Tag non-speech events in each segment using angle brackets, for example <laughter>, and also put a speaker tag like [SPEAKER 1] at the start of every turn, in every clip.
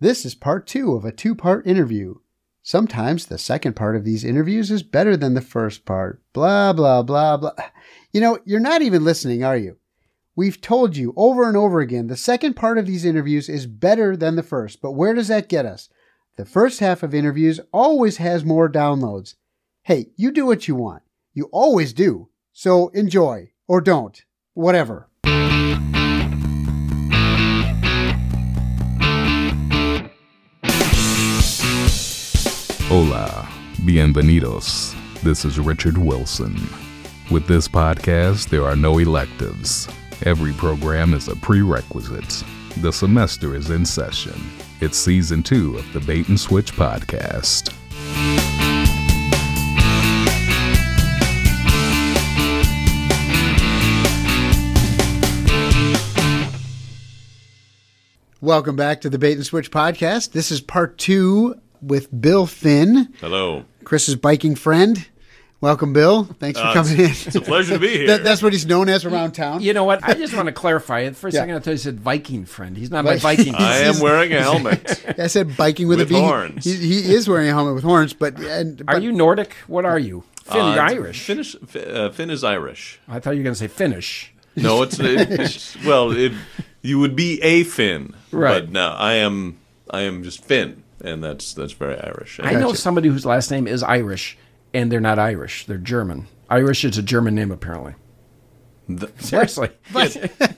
[SPEAKER 1] This is part two of a two part interview. Sometimes the second part of these interviews is better than the first part. Blah, blah, blah, blah. You know, you're not even listening, are you? We've told you over and over again the second part of these interviews is better than the first, but where does that get us? The first half of interviews always has more downloads. Hey, you do what you want. You always do. So enjoy or don't, whatever.
[SPEAKER 2] Hola, bienvenidos. This is Richard Wilson. With this podcast, there are no electives. Every program is a prerequisite. The semester is in session. It's season two of the Bait and Switch podcast.
[SPEAKER 1] Welcome back to the Bait and Switch podcast. This is part two with Bill Finn,
[SPEAKER 3] Hello.
[SPEAKER 1] Chris's biking friend. Welcome, Bill. Thanks for coming in.
[SPEAKER 3] Uh, It's a pleasure
[SPEAKER 1] <laughs>
[SPEAKER 3] to be here.
[SPEAKER 1] That- that's what he's known as around town.
[SPEAKER 4] You know what? I just want to clarify. The first
[SPEAKER 1] Yeah.
[SPEAKER 4] second I thought you said Viking friend. He's not my
[SPEAKER 3] <laughs>
[SPEAKER 4] Viking
[SPEAKER 3] I
[SPEAKER 4] friend.
[SPEAKER 3] am wearing a
[SPEAKER 1] <laughs>
[SPEAKER 3] helmet.
[SPEAKER 1] I said biking with,
[SPEAKER 3] With
[SPEAKER 1] a bee.
[SPEAKER 3] horns.
[SPEAKER 1] He, he is wearing a helmet with horns, but and
[SPEAKER 4] Are
[SPEAKER 1] but-
[SPEAKER 4] you Nordic? What are you? Finn,
[SPEAKER 3] Uh,
[SPEAKER 4] you're Irish.
[SPEAKER 3] Finnish, Fi- uh, Finn is Irish.
[SPEAKER 4] I thought you were going to say Finnish.
[SPEAKER 3] No, it's, it's well, it, you would be a Finn,
[SPEAKER 4] Right.
[SPEAKER 3] But no, I am, I am just Finn, and that's that's very Irish.
[SPEAKER 4] I know somebody whose last name is Irish, and they're not Irish. They're German. Irish is a German name, apparently.
[SPEAKER 1] <laughs>
[SPEAKER 4] Seriously.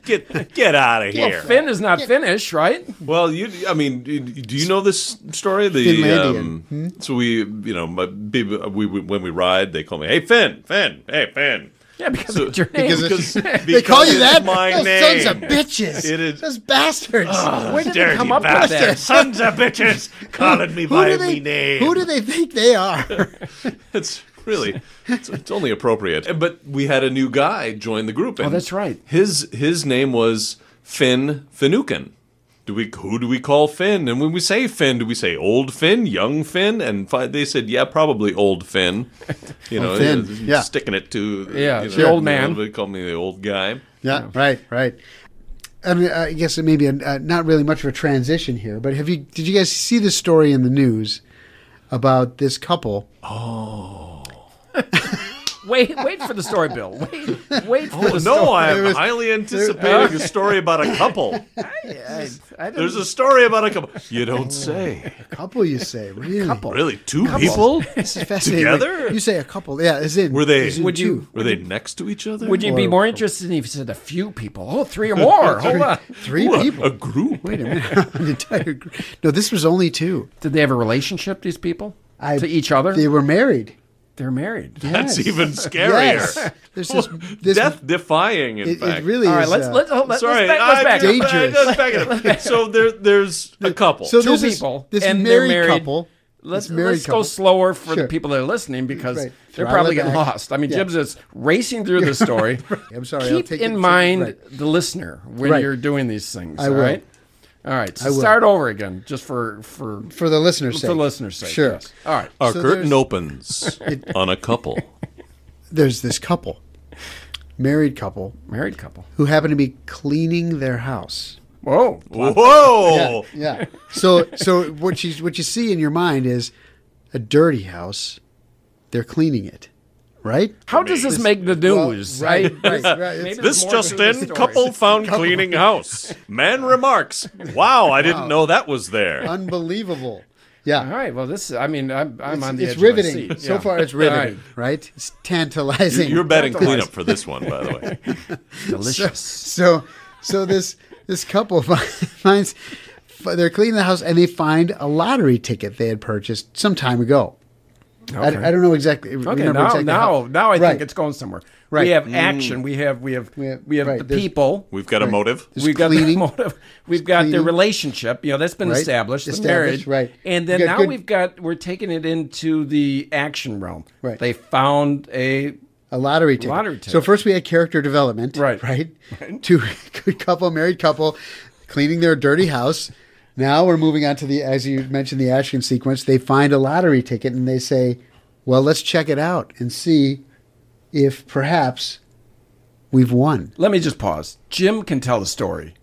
[SPEAKER 3] Get get out of here.
[SPEAKER 4] Finn is not Finnish, right?
[SPEAKER 3] Well, you, I mean, do you know this story? The um,
[SPEAKER 1] Finlandian. Hmm?
[SPEAKER 3] so we, you know, my, people- we, we when we ride, they call me, "Hey, Finn, Finn, hey, Finn."
[SPEAKER 4] Yeah, because
[SPEAKER 3] So-
[SPEAKER 4] it's your name.
[SPEAKER 1] because-
[SPEAKER 3] because
[SPEAKER 1] <laughs> they call you
[SPEAKER 3] it's
[SPEAKER 1] that?
[SPEAKER 3] My
[SPEAKER 1] Those
[SPEAKER 3] name.
[SPEAKER 1] sons of bitches.
[SPEAKER 3] It is-
[SPEAKER 1] Those bastards.
[SPEAKER 4] Where did they come up with
[SPEAKER 1] bastards.
[SPEAKER 4] that?
[SPEAKER 3] Sons of bitches
[SPEAKER 4] <laughs>
[SPEAKER 3] calling me
[SPEAKER 1] who, do they, who do they think they are?
[SPEAKER 3] It's really, it's, it's only appropriate. But we had a new guy join the group. And
[SPEAKER 4] Oh, that's right.
[SPEAKER 3] His his name was Finn Finucane. Do we who do we call Finn? And when we say Finn, do we say old Finn, young Finn? And fi- they said, yeah, probably old Finn. You know,
[SPEAKER 1] Finn,
[SPEAKER 3] uh,
[SPEAKER 1] yeah.
[SPEAKER 3] sticking it to
[SPEAKER 4] Yeah,
[SPEAKER 3] you know,
[SPEAKER 4] the old man.
[SPEAKER 3] They call me the old guy.
[SPEAKER 1] yeah, right, right. I mean, I guess it may be a, uh, not really much of a transition here, but have you? Did you guys see this story in the news about this couple?
[SPEAKER 4] Wait, wait for the story, Bill. Wait, wait for the
[SPEAKER 3] Oh, No,
[SPEAKER 4] story.
[SPEAKER 3] I
[SPEAKER 1] It
[SPEAKER 3] am
[SPEAKER 1] was-
[SPEAKER 3] highly anticipating a story about a couple.
[SPEAKER 4] I, I didn't-
[SPEAKER 3] There's a story about a couple. You don't say.
[SPEAKER 1] Couple, you <laughs> say? Really? Couple.
[SPEAKER 3] Really, two people?
[SPEAKER 1] This is fascinating.
[SPEAKER 3] Together?
[SPEAKER 1] You say a couple. Yeah, as in.
[SPEAKER 3] Were they?
[SPEAKER 1] as in
[SPEAKER 4] Would you-
[SPEAKER 1] two.
[SPEAKER 3] Were they next to each other?
[SPEAKER 4] Would you be
[SPEAKER 1] Or-
[SPEAKER 4] more interested if you said a few people? Oh, three or more. Hold on.
[SPEAKER 1] Three
[SPEAKER 3] Ooh,
[SPEAKER 1] <laughs>
[SPEAKER 3] a-
[SPEAKER 1] people.
[SPEAKER 3] A group.
[SPEAKER 1] Wait a minute. <laughs> An entire gr- No, this was only two.
[SPEAKER 4] Did they have a relationship, these people?
[SPEAKER 1] I-
[SPEAKER 4] to each other?
[SPEAKER 1] They were married.
[SPEAKER 4] They, are married.
[SPEAKER 3] That's
[SPEAKER 1] Yes.
[SPEAKER 3] even scarier. <laughs>
[SPEAKER 1] Yes. There's this, this
[SPEAKER 3] Death defying, in
[SPEAKER 1] It,
[SPEAKER 3] fact.
[SPEAKER 1] it really
[SPEAKER 4] All right,
[SPEAKER 1] is.
[SPEAKER 4] let's,
[SPEAKER 1] uh,
[SPEAKER 4] let's, oh, let's,
[SPEAKER 3] Sorry,
[SPEAKER 4] let's back, let's
[SPEAKER 3] I-
[SPEAKER 4] back
[SPEAKER 1] Dave-
[SPEAKER 4] up.
[SPEAKER 1] Dangerous.
[SPEAKER 3] let's back
[SPEAKER 1] <laughs>
[SPEAKER 3] it up. So there, there's a couple.
[SPEAKER 1] so
[SPEAKER 4] Two
[SPEAKER 1] there's this-
[SPEAKER 4] people.
[SPEAKER 1] This,
[SPEAKER 4] and
[SPEAKER 1] married,
[SPEAKER 4] they're married.
[SPEAKER 1] couple.
[SPEAKER 4] Let's,
[SPEAKER 1] this married
[SPEAKER 4] let's
[SPEAKER 1] couple.
[SPEAKER 4] go slower for
[SPEAKER 1] Sure.
[SPEAKER 4] the people that are listening because
[SPEAKER 1] Right. Throttle
[SPEAKER 4] they're
[SPEAKER 1] it
[SPEAKER 4] probably getting
[SPEAKER 1] back.
[SPEAKER 4] lost. I mean,
[SPEAKER 1] Yeah.
[SPEAKER 4] Jim's just racing through
[SPEAKER 1] <laughs>
[SPEAKER 4] the story.
[SPEAKER 1] I'm sorry, I'll
[SPEAKER 4] Keep
[SPEAKER 1] take it-
[SPEAKER 4] in
[SPEAKER 1] take it-
[SPEAKER 4] mind
[SPEAKER 1] right.
[SPEAKER 4] the listener when
[SPEAKER 1] Right.
[SPEAKER 4] you're doing these things.
[SPEAKER 1] I
[SPEAKER 4] all
[SPEAKER 1] will.
[SPEAKER 4] right? All right. So
[SPEAKER 1] will.
[SPEAKER 4] start over again, just for for
[SPEAKER 1] For the listener's sake.
[SPEAKER 4] for listeners' sake.
[SPEAKER 1] Sure.
[SPEAKER 4] yes. All right.
[SPEAKER 3] Our
[SPEAKER 1] so there's-
[SPEAKER 3] curtain opens on a couple.
[SPEAKER 1] There's this couple, married couple,
[SPEAKER 4] Married couple.
[SPEAKER 1] who happen to be cleaning their house.
[SPEAKER 4] Whoa. Oh.
[SPEAKER 3] Whoa!
[SPEAKER 1] Yeah. So so what you what you see in your mind is a dirty house. They're cleaning it, right?
[SPEAKER 4] How does this make the
[SPEAKER 1] Well,
[SPEAKER 4] news?
[SPEAKER 1] right,
[SPEAKER 4] I- <laughs>
[SPEAKER 1] right, right. It's-
[SPEAKER 4] Maybe-
[SPEAKER 3] This
[SPEAKER 4] More
[SPEAKER 3] just
[SPEAKER 4] to the
[SPEAKER 3] in:
[SPEAKER 4] story.
[SPEAKER 3] couple found cleaning house. Man remarks, "Wow, I didn't know that was there."
[SPEAKER 1] unbelievable. Yeah.
[SPEAKER 4] All right. Well, this. I mean, I'm, I'm on the
[SPEAKER 1] it's
[SPEAKER 4] edge
[SPEAKER 1] riveting.
[SPEAKER 4] Of my seat.
[SPEAKER 1] So
[SPEAKER 4] Yeah.
[SPEAKER 1] far, it's
[SPEAKER 4] All right.
[SPEAKER 1] riveting, right. It's tantalizing.
[SPEAKER 3] You're betting cleanup for this one, by the way.
[SPEAKER 4] Delicious.
[SPEAKER 1] <laughs> so, so this this couple <laughs> finds they're cleaning the house and they find a lottery ticket they had purchased some time ago. I,
[SPEAKER 4] Okay.
[SPEAKER 1] I don't know exactly. remember
[SPEAKER 4] Okay. Now,
[SPEAKER 1] exactly
[SPEAKER 4] now,
[SPEAKER 1] how-
[SPEAKER 4] now, I
[SPEAKER 1] Right.
[SPEAKER 4] think it's going somewhere.
[SPEAKER 1] Right. Mm.
[SPEAKER 4] We have action. We have, we have,
[SPEAKER 1] We have-
[SPEAKER 4] we have
[SPEAKER 1] right,
[SPEAKER 4] the
[SPEAKER 1] there's-
[SPEAKER 4] people.
[SPEAKER 3] We've got a motive.
[SPEAKER 1] There's
[SPEAKER 4] We've got
[SPEAKER 1] cleaning.
[SPEAKER 4] the <laughs> motive. We've got the
[SPEAKER 1] cleaning.
[SPEAKER 4] relationship. You know, that's been
[SPEAKER 1] Right.
[SPEAKER 4] established. The
[SPEAKER 1] Established,
[SPEAKER 4] marriage.
[SPEAKER 1] right.
[SPEAKER 4] And
[SPEAKER 1] We've got
[SPEAKER 4] then now
[SPEAKER 1] good-
[SPEAKER 4] we've got we're taking it into the action realm.
[SPEAKER 1] Right.
[SPEAKER 4] They found a
[SPEAKER 1] A lottery ticket.
[SPEAKER 4] Lottery
[SPEAKER 1] So
[SPEAKER 4] ticket.
[SPEAKER 1] first we had character development.
[SPEAKER 4] Right.
[SPEAKER 1] Right. Two <laughs> good couple, married couple, cleaning their dirty house. Now we're moving on to the, as you mentioned, the action sequence. They find a lottery ticket and they say, "Well, let's check it out and see if perhaps we've won."
[SPEAKER 4] Let me just pause. Jim can tell the story.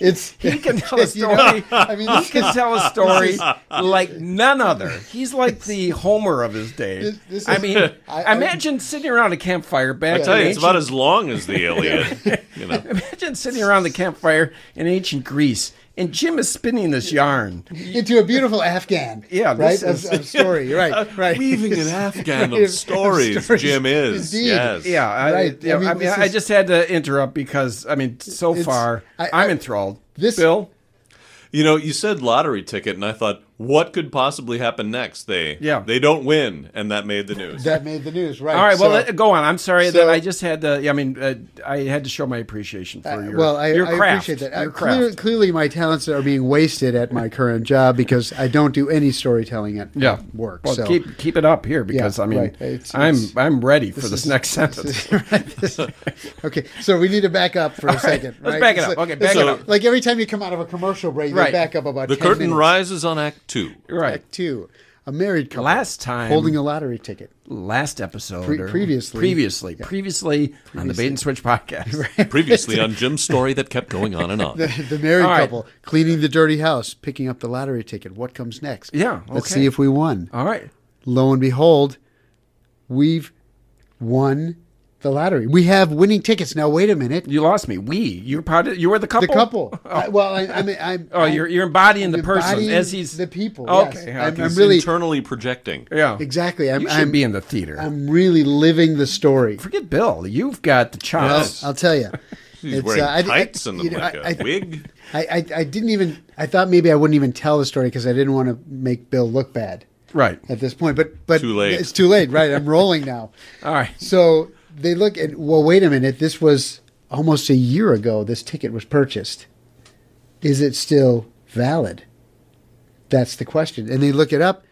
[SPEAKER 1] It's
[SPEAKER 4] <laughs> He can tell a
[SPEAKER 1] <laughs> you know,
[SPEAKER 4] story.
[SPEAKER 1] I mean,
[SPEAKER 4] he
[SPEAKER 1] this
[SPEAKER 4] can
[SPEAKER 1] is,
[SPEAKER 4] tell a
[SPEAKER 1] <laughs>
[SPEAKER 4] story like none other. He's like the Homer of his day.
[SPEAKER 1] This- this
[SPEAKER 4] I
[SPEAKER 1] is-
[SPEAKER 4] mean,
[SPEAKER 1] <laughs> I- I-
[SPEAKER 4] imagine sitting around a campfire back.
[SPEAKER 3] I tell
[SPEAKER 4] in
[SPEAKER 3] you, it's about
[SPEAKER 4] ancient-
[SPEAKER 3] as long as the alien. You know,
[SPEAKER 4] Imagine sitting around the campfire in ancient Greece, and Jim is spinning this yarn.
[SPEAKER 1] into a beautiful Afghan.
[SPEAKER 4] Yeah,
[SPEAKER 1] right.
[SPEAKER 4] this
[SPEAKER 1] Of,
[SPEAKER 4] is-
[SPEAKER 1] of story.
[SPEAKER 4] <laughs>
[SPEAKER 1] Right. Right. <laughs>
[SPEAKER 3] weaving an afghan
[SPEAKER 1] Right,
[SPEAKER 3] of stories, Jim is.
[SPEAKER 1] Indeed.
[SPEAKER 3] Yes.
[SPEAKER 4] Yeah, I,
[SPEAKER 1] Right.
[SPEAKER 4] yeah,
[SPEAKER 1] I mean,
[SPEAKER 4] I, mean,
[SPEAKER 1] this
[SPEAKER 4] I
[SPEAKER 1] is-
[SPEAKER 4] just had to interrupt because I mean, so
[SPEAKER 1] It's-
[SPEAKER 4] far
[SPEAKER 1] I-
[SPEAKER 4] I, am
[SPEAKER 1] I-
[SPEAKER 4] enthralled.
[SPEAKER 1] this-
[SPEAKER 4] Bill,
[SPEAKER 3] You know, you said lottery ticket, and I thought, what could possibly happen next? They
[SPEAKER 4] Yeah.
[SPEAKER 3] they don't win, and that made the news.
[SPEAKER 1] That made the news. Right.
[SPEAKER 4] all right, well,
[SPEAKER 1] so-
[SPEAKER 4] let, go on. I'm sorry that
[SPEAKER 1] so-
[SPEAKER 4] I just had to. I mean, uh, I had to show my appreciation for your
[SPEAKER 1] Uh, well, I,
[SPEAKER 4] your
[SPEAKER 1] I
[SPEAKER 4] craft.
[SPEAKER 1] appreciate that. Uh,
[SPEAKER 4] Your
[SPEAKER 1] clear-
[SPEAKER 4] craft.
[SPEAKER 1] clearly, my talents are being wasted at my current job because I don't do any storytelling at
[SPEAKER 4] yeah,
[SPEAKER 1] work.
[SPEAKER 4] Well,
[SPEAKER 1] so.
[SPEAKER 4] keep keep it up here because I mean,
[SPEAKER 1] right. It's-
[SPEAKER 4] I'm
[SPEAKER 1] it's-
[SPEAKER 4] I'm ready for this,
[SPEAKER 1] is-
[SPEAKER 4] next sentence.
[SPEAKER 1] <laughs>
[SPEAKER 4] <laughs>
[SPEAKER 1] okay, so we need to back up for a second.
[SPEAKER 4] let's
[SPEAKER 1] right?
[SPEAKER 4] back it
[SPEAKER 1] It's
[SPEAKER 4] up.
[SPEAKER 1] like-
[SPEAKER 4] Okay, back
[SPEAKER 1] it's
[SPEAKER 3] it
[SPEAKER 1] like-
[SPEAKER 3] up.
[SPEAKER 1] Like every time you come out of a commercial break,
[SPEAKER 4] Right.
[SPEAKER 1] they back up about
[SPEAKER 3] the
[SPEAKER 1] 10
[SPEAKER 3] curtain
[SPEAKER 1] minutes.
[SPEAKER 3] rises on Act Two.
[SPEAKER 4] right.
[SPEAKER 1] Act two, a married couple
[SPEAKER 4] Last time-
[SPEAKER 1] holding a lottery ticket.
[SPEAKER 4] Last episode,
[SPEAKER 1] Pre-
[SPEAKER 4] or-
[SPEAKER 1] previously.
[SPEAKER 4] previously, previously, on the Bait and Switch
[SPEAKER 1] <laughs>
[SPEAKER 4] podcast.
[SPEAKER 3] Previously on Jim's story that kept going on and on.
[SPEAKER 1] The married
[SPEAKER 4] All right.
[SPEAKER 1] couple cleaning the dirty house, picking up the lottery ticket. What comes next?
[SPEAKER 4] Yeah,
[SPEAKER 1] let's
[SPEAKER 4] okay.
[SPEAKER 1] see if we won.
[SPEAKER 4] All right.
[SPEAKER 1] Lo and behold, we've won the lottery. We have winning tickets. Now wait a minute.
[SPEAKER 4] You lost me. We. You're part of, you were the couple.
[SPEAKER 1] The couple. I- well, I, I mean, I'm.
[SPEAKER 4] <laughs> Oh, you're you're embodying the person
[SPEAKER 1] embodying
[SPEAKER 4] as he's
[SPEAKER 1] the people, yes.
[SPEAKER 4] Okay,
[SPEAKER 1] I'm-
[SPEAKER 4] okay.
[SPEAKER 1] I'm
[SPEAKER 3] He's
[SPEAKER 1] really-
[SPEAKER 3] internally projecting.
[SPEAKER 4] yeah.
[SPEAKER 1] exactly. I'm.
[SPEAKER 4] You should
[SPEAKER 1] I'm,
[SPEAKER 4] be in the theater.
[SPEAKER 1] I'm really living the story.
[SPEAKER 4] Forget Bill. You've got the chops.
[SPEAKER 1] I'll tell
[SPEAKER 3] <laughs>
[SPEAKER 1] you.
[SPEAKER 3] He's wearing
[SPEAKER 1] I- I-
[SPEAKER 3] tights and
[SPEAKER 1] you know,
[SPEAKER 3] like a
[SPEAKER 1] I- I-
[SPEAKER 3] wig.
[SPEAKER 1] I, I, I didn't even. I thought maybe I wouldn't even tell the story because I didn't want to make Bill look bad
[SPEAKER 4] right.
[SPEAKER 1] at this point. But but
[SPEAKER 3] Too late.
[SPEAKER 1] It's too late, right? I'm rolling now.
[SPEAKER 4] All right.
[SPEAKER 1] So they look at. Well, wait a minute. This was almost a year ago. This ticket was purchased. Is it still valid? That's the question. And they look it up.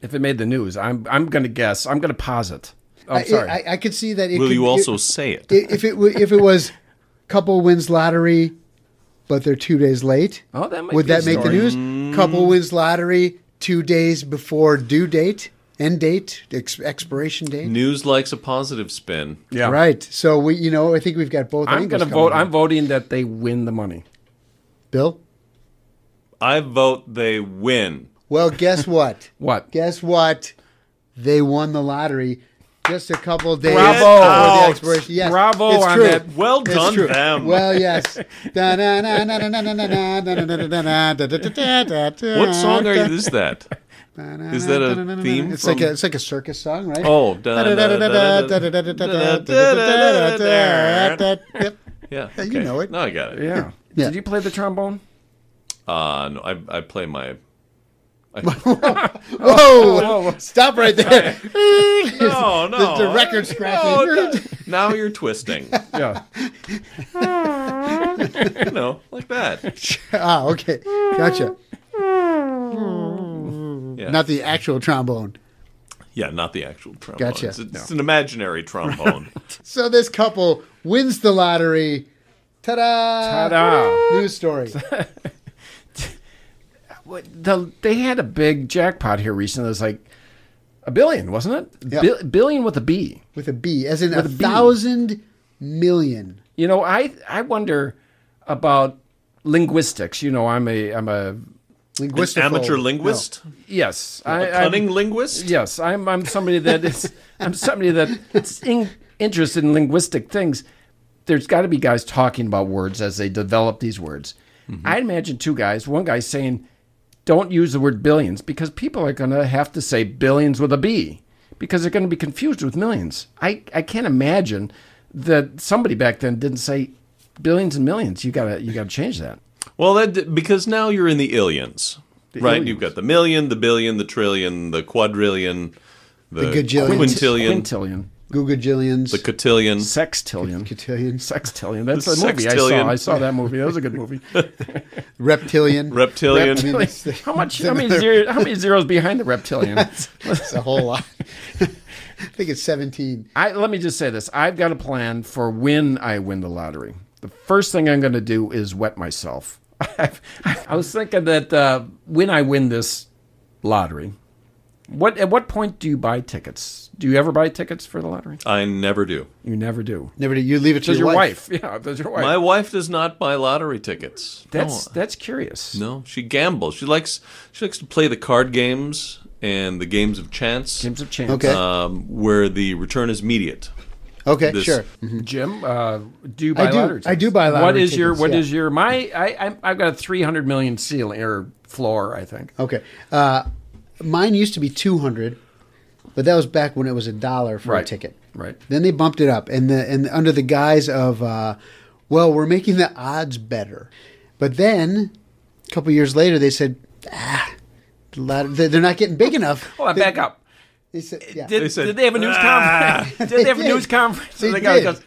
[SPEAKER 4] If it made the news, I'm I'm gonna guess. I'm gonna posit. Oh,
[SPEAKER 1] I-
[SPEAKER 4] I'm sorry.
[SPEAKER 1] I, I, could see that. It
[SPEAKER 3] Will
[SPEAKER 1] could-
[SPEAKER 3] you also
[SPEAKER 1] it-
[SPEAKER 3] say it?
[SPEAKER 1] i- if it wa- if it was couple wins lottery, but they're two days late.
[SPEAKER 4] Oh, that might
[SPEAKER 1] would
[SPEAKER 4] be a
[SPEAKER 1] that make
[SPEAKER 4] story.
[SPEAKER 1] the news? Couple wins lottery two days before due date, end date, ex- expiration date.
[SPEAKER 3] News likes a positive spin.
[SPEAKER 4] yeah.
[SPEAKER 1] Right. So we, you know, I think we've got both.
[SPEAKER 4] I'm
[SPEAKER 1] angles
[SPEAKER 4] gonna
[SPEAKER 1] coming
[SPEAKER 4] vote.
[SPEAKER 1] in.
[SPEAKER 4] I'm voting that they win the money.
[SPEAKER 1] Bill.
[SPEAKER 3] I vote they win.
[SPEAKER 1] Well, guess
[SPEAKER 4] <laughs>
[SPEAKER 1] what?
[SPEAKER 4] What?
[SPEAKER 1] guess what? They won the lottery. Just a couple days
[SPEAKER 4] Bravo.
[SPEAKER 1] before
[SPEAKER 3] Out.
[SPEAKER 1] the expiration. Yes,
[SPEAKER 4] Bravo
[SPEAKER 1] it's
[SPEAKER 4] on
[SPEAKER 1] true.
[SPEAKER 4] that.
[SPEAKER 3] Well done, them.
[SPEAKER 1] Well, yes. What
[SPEAKER 3] what
[SPEAKER 1] Uh-huh.
[SPEAKER 3] song are you?
[SPEAKER 1] <laughs>
[SPEAKER 3] Is that? Is that a theme?
[SPEAKER 1] It's
[SPEAKER 3] from-
[SPEAKER 1] like a it's like a circus song, right?
[SPEAKER 3] Oh, da- da- da- da- da- da- da- da- da- da- da-
[SPEAKER 1] Yep.
[SPEAKER 3] yeah.
[SPEAKER 1] you
[SPEAKER 3] okay.
[SPEAKER 1] know it.
[SPEAKER 3] No, I got it.
[SPEAKER 4] Yeah.
[SPEAKER 1] Yeah.
[SPEAKER 4] Did you play
[SPEAKER 1] <laughs>
[SPEAKER 4] the trombone?
[SPEAKER 3] Uh, no, I, I play my.
[SPEAKER 1] <laughs> Whoa! Stop right there.
[SPEAKER 3] No, no.
[SPEAKER 1] The record <laughs>
[SPEAKER 3] No,
[SPEAKER 1] scratching.
[SPEAKER 3] now you're twisting.
[SPEAKER 4] Yeah.
[SPEAKER 3] You know,
[SPEAKER 1] <laughs>
[SPEAKER 3] like that.
[SPEAKER 1] Ah, okay. Gotcha.
[SPEAKER 3] Yeah.
[SPEAKER 1] Not the actual trombone.
[SPEAKER 3] yeah, not the actual trombone.
[SPEAKER 1] Gotcha.
[SPEAKER 3] It's, it's an
[SPEAKER 1] <laughs>
[SPEAKER 3] imaginary trombone.
[SPEAKER 1] So this couple wins the lottery. Ta-da!
[SPEAKER 4] Ta-da.
[SPEAKER 1] News story.
[SPEAKER 4] What the, they had a big jackpot here recently. It was like a billion, wasn't it?
[SPEAKER 1] Yeah.
[SPEAKER 4] Bil- billion with a B.
[SPEAKER 1] With a B, as in a,
[SPEAKER 4] a B.
[SPEAKER 1] thousand million.
[SPEAKER 4] You know, I I wonder about linguistics. You know, I'm a I'm a
[SPEAKER 1] Linguist.
[SPEAKER 3] Amateur linguist?
[SPEAKER 4] yes, I,
[SPEAKER 3] A cunning
[SPEAKER 4] I'm,
[SPEAKER 3] linguist?
[SPEAKER 4] yes, I'm I'm somebody that is I'm somebody that's in, interested in linguistic things. There's got to be guys talking about words as they develop these words. I'd imagine two guys. One guy saying, "Don't use the word billions because people are going to have to say billions with a B because they're going to be confused with millions." I I can't imagine that somebody back then didn't say billions and millions. You gotta you gotta change that.
[SPEAKER 3] Well, that because now you're in the illions, right?
[SPEAKER 4] illions.
[SPEAKER 3] You've got the million, the billion, the trillion, the quadrillion, the,
[SPEAKER 1] gajillion.
[SPEAKER 3] quintillion,
[SPEAKER 4] Quintillion.
[SPEAKER 1] Googajillions.
[SPEAKER 3] the cotillion.
[SPEAKER 4] Sextillion.
[SPEAKER 1] cotillions.
[SPEAKER 4] Sextillion. That's
[SPEAKER 3] The
[SPEAKER 4] a movie
[SPEAKER 3] sextillion.
[SPEAKER 4] I saw. I saw that movie. That was a good movie.
[SPEAKER 1] Reptilian.
[SPEAKER 3] Reptilian.
[SPEAKER 1] I mean, it's,
[SPEAKER 4] <laughs> how much? How many, zero, how many zeros behind the reptilian?
[SPEAKER 1] it's a whole lot. <laughs> I think it's 17.
[SPEAKER 4] I let me just say this. I've got a plan for when I win the lottery. The first thing I'm going to do is wet myself. <laughs> I was thinking that uh, when I win this lottery, What at what point do you buy tickets? Do you ever buy tickets for the lottery?
[SPEAKER 3] I never do.
[SPEAKER 4] You never do.
[SPEAKER 1] Never do you leave it to
[SPEAKER 4] Does
[SPEAKER 1] your,
[SPEAKER 4] your wife? Yeah, does your wife?
[SPEAKER 3] My wife does not buy lottery tickets.
[SPEAKER 4] that's that's curious.
[SPEAKER 3] No, she gambles. She likes she likes to play the card games and the games of chance,
[SPEAKER 4] Jim's of chance.
[SPEAKER 1] Okay.
[SPEAKER 3] um, where the return is immediate.
[SPEAKER 1] Okay,
[SPEAKER 3] This-
[SPEAKER 1] sure.
[SPEAKER 4] Jim, uh, do you buy
[SPEAKER 1] do-
[SPEAKER 4] lottery
[SPEAKER 1] I
[SPEAKER 4] tickets?
[SPEAKER 1] do buy
[SPEAKER 4] What
[SPEAKER 1] lottery
[SPEAKER 4] is your
[SPEAKER 1] tickets,
[SPEAKER 4] What is
[SPEAKER 1] yeah.
[SPEAKER 4] your my I I'm, I've got a 300 million ceiling or floor, I think.
[SPEAKER 1] Okay. Uh, mine used to be 200, but that was back when it was a dollar for a
[SPEAKER 4] Right.
[SPEAKER 1] ticket.
[SPEAKER 4] Right.
[SPEAKER 1] Then they bumped it up, and the and under the guise of, uh, well, we're making the odds better. But then, a couple years later, they said, ah, the lot- they- they're not getting big enough.
[SPEAKER 4] <laughs> Hold on,
[SPEAKER 1] They-
[SPEAKER 4] back up.
[SPEAKER 1] They said, yeah.
[SPEAKER 4] Did
[SPEAKER 3] They
[SPEAKER 4] they,
[SPEAKER 3] said, "Ah."
[SPEAKER 4] did they have a news conference? <laughs> did they have a
[SPEAKER 1] They
[SPEAKER 4] news
[SPEAKER 1] did.
[SPEAKER 4] conference?
[SPEAKER 1] They
[SPEAKER 4] And the guy
[SPEAKER 1] did.
[SPEAKER 4] goes,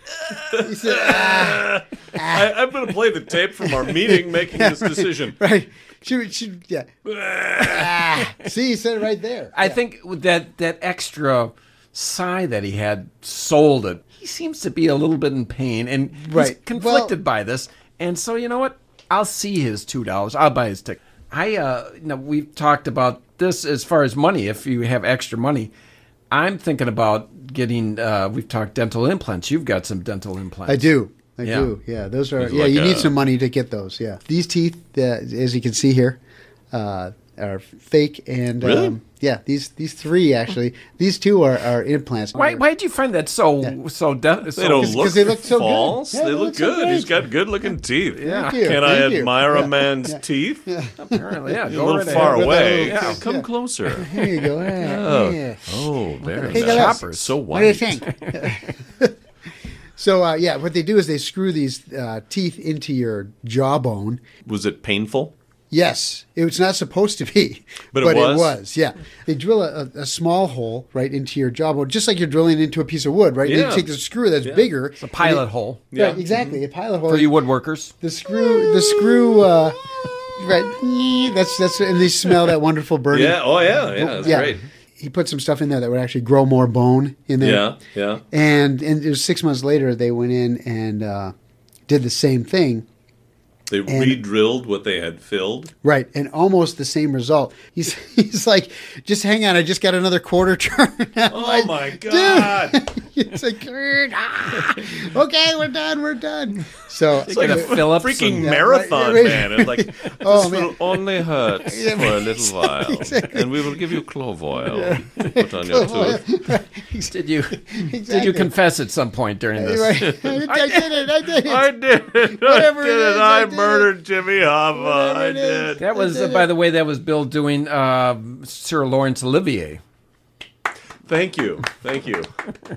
[SPEAKER 1] They said, ah.
[SPEAKER 4] <laughs>
[SPEAKER 3] I, I'm going to play the tape from our meeting making <laughs> this decision.
[SPEAKER 1] right. She, she,
[SPEAKER 4] <laughs>
[SPEAKER 1] yeah. Ah. See, you said it right there.
[SPEAKER 4] I think that that extra sigh that he had sold it. He seems to be a little bit in pain and he's
[SPEAKER 1] Right.
[SPEAKER 4] conflicted
[SPEAKER 1] Well-
[SPEAKER 4] by this. And so you know what? I'll see his two dollars. I'll buy his ticket. I uh you know, we've talked about this as far as money. If you have extra money, I'm thinking about getting. Uh, we've talked dental implants. You've got some dental implants.
[SPEAKER 1] I do. I
[SPEAKER 4] Yeah.
[SPEAKER 1] do. Yeah, those are.
[SPEAKER 3] It's
[SPEAKER 1] Yeah,
[SPEAKER 3] like
[SPEAKER 1] you
[SPEAKER 3] a-
[SPEAKER 1] need some money to get those. Yeah, these teeth, uh, as you can see here, uh, are fake and
[SPEAKER 3] Really?
[SPEAKER 1] um, yeah, these these three actually, these two are, are implants.
[SPEAKER 4] Why? Why do you find that so so? De- so
[SPEAKER 3] They don't
[SPEAKER 1] 'Cause-
[SPEAKER 3] look
[SPEAKER 1] 'cause they look so good.
[SPEAKER 3] false.
[SPEAKER 1] Yeah,
[SPEAKER 3] they,
[SPEAKER 1] they
[SPEAKER 3] look,
[SPEAKER 1] look so
[SPEAKER 3] good. He's
[SPEAKER 1] great.
[SPEAKER 3] got good looking teeth.
[SPEAKER 4] Yeah.
[SPEAKER 1] Thank you.
[SPEAKER 3] Can I
[SPEAKER 1] Thank you.
[SPEAKER 3] admire
[SPEAKER 1] Yeah.
[SPEAKER 3] a man's teeth?
[SPEAKER 4] apparently, yeah.
[SPEAKER 3] A
[SPEAKER 4] go
[SPEAKER 3] little
[SPEAKER 4] right
[SPEAKER 3] far
[SPEAKER 4] ahead.
[SPEAKER 1] With that
[SPEAKER 3] away.
[SPEAKER 1] little-
[SPEAKER 3] Yeah, come
[SPEAKER 1] yeah.
[SPEAKER 3] closer.
[SPEAKER 1] There you
[SPEAKER 3] <laughs>
[SPEAKER 1] go. Yeah, yeah.
[SPEAKER 3] Oh, very
[SPEAKER 1] Hey,
[SPEAKER 3] nice.
[SPEAKER 4] guys.
[SPEAKER 3] So
[SPEAKER 1] What do you
[SPEAKER 3] white.
[SPEAKER 1] think? <laughs> so uh, yeah, what they do is they screw these uh, teeth into your jawbone.
[SPEAKER 3] Was it painful?
[SPEAKER 1] Yes, it was not supposed to be,
[SPEAKER 3] <laughs> But it was?
[SPEAKER 1] Yeah, they drill a, a, a small hole right into your jawbone, just like you're drilling into a piece of wood, right? And Then
[SPEAKER 3] Yeah.
[SPEAKER 1] you take the screw that's bigger.
[SPEAKER 4] It's a pilot hole
[SPEAKER 1] Yeah,
[SPEAKER 3] Yeah. Mm-hmm.
[SPEAKER 1] exactly. A pilot hole.
[SPEAKER 4] for you woodworkers.
[SPEAKER 1] The screw. The screw. Uh, right. <laughs> That's that's and they smell that
[SPEAKER 3] <laughs>
[SPEAKER 1] wonderful burning.
[SPEAKER 3] Yeah. Oh, yeah. Yeah. That's
[SPEAKER 1] yeah.
[SPEAKER 3] great.
[SPEAKER 1] He put some stuff in there that would actually grow more bone in there.
[SPEAKER 3] Yeah. Yeah.
[SPEAKER 1] And and it was six months later they went in and uh, did the same thing.
[SPEAKER 3] They re-drilled what they had filled.
[SPEAKER 1] Right, and almost the same result. He's <laughs> he's like, just hang on, I just got another quarter turn. <laughs>
[SPEAKER 3] Oh my god!
[SPEAKER 1] it's like, "Grrr, ah, <laughs> okay, we're done, we're done. So
[SPEAKER 3] It's like
[SPEAKER 4] Get
[SPEAKER 3] a
[SPEAKER 4] a Phillips
[SPEAKER 3] freaking
[SPEAKER 4] and-
[SPEAKER 3] marathon,
[SPEAKER 1] Yeah, right.
[SPEAKER 3] man. It's like
[SPEAKER 1] Oh,
[SPEAKER 3] this
[SPEAKER 1] man.
[SPEAKER 3] will only hurt for a little while, and we will give you clove oil to put on your tooth.
[SPEAKER 4] Did <laughs> you did you confess at some point during this?
[SPEAKER 1] Right. I did it, I did it.
[SPEAKER 3] I did <laughs> it.
[SPEAKER 1] Whatever
[SPEAKER 3] I
[SPEAKER 1] it
[SPEAKER 3] did
[SPEAKER 1] is,
[SPEAKER 3] it.
[SPEAKER 1] I
[SPEAKER 3] I
[SPEAKER 1] did
[SPEAKER 3] murdered Jimmy Hoffa.
[SPEAKER 1] Whatever
[SPEAKER 3] I
[SPEAKER 1] it is.
[SPEAKER 3] did.
[SPEAKER 1] <laughs>
[SPEAKER 4] That was, uh, by the way, that was Bill doing uh, Sir Lawrence Olivier.
[SPEAKER 3] Thank you. Thank you.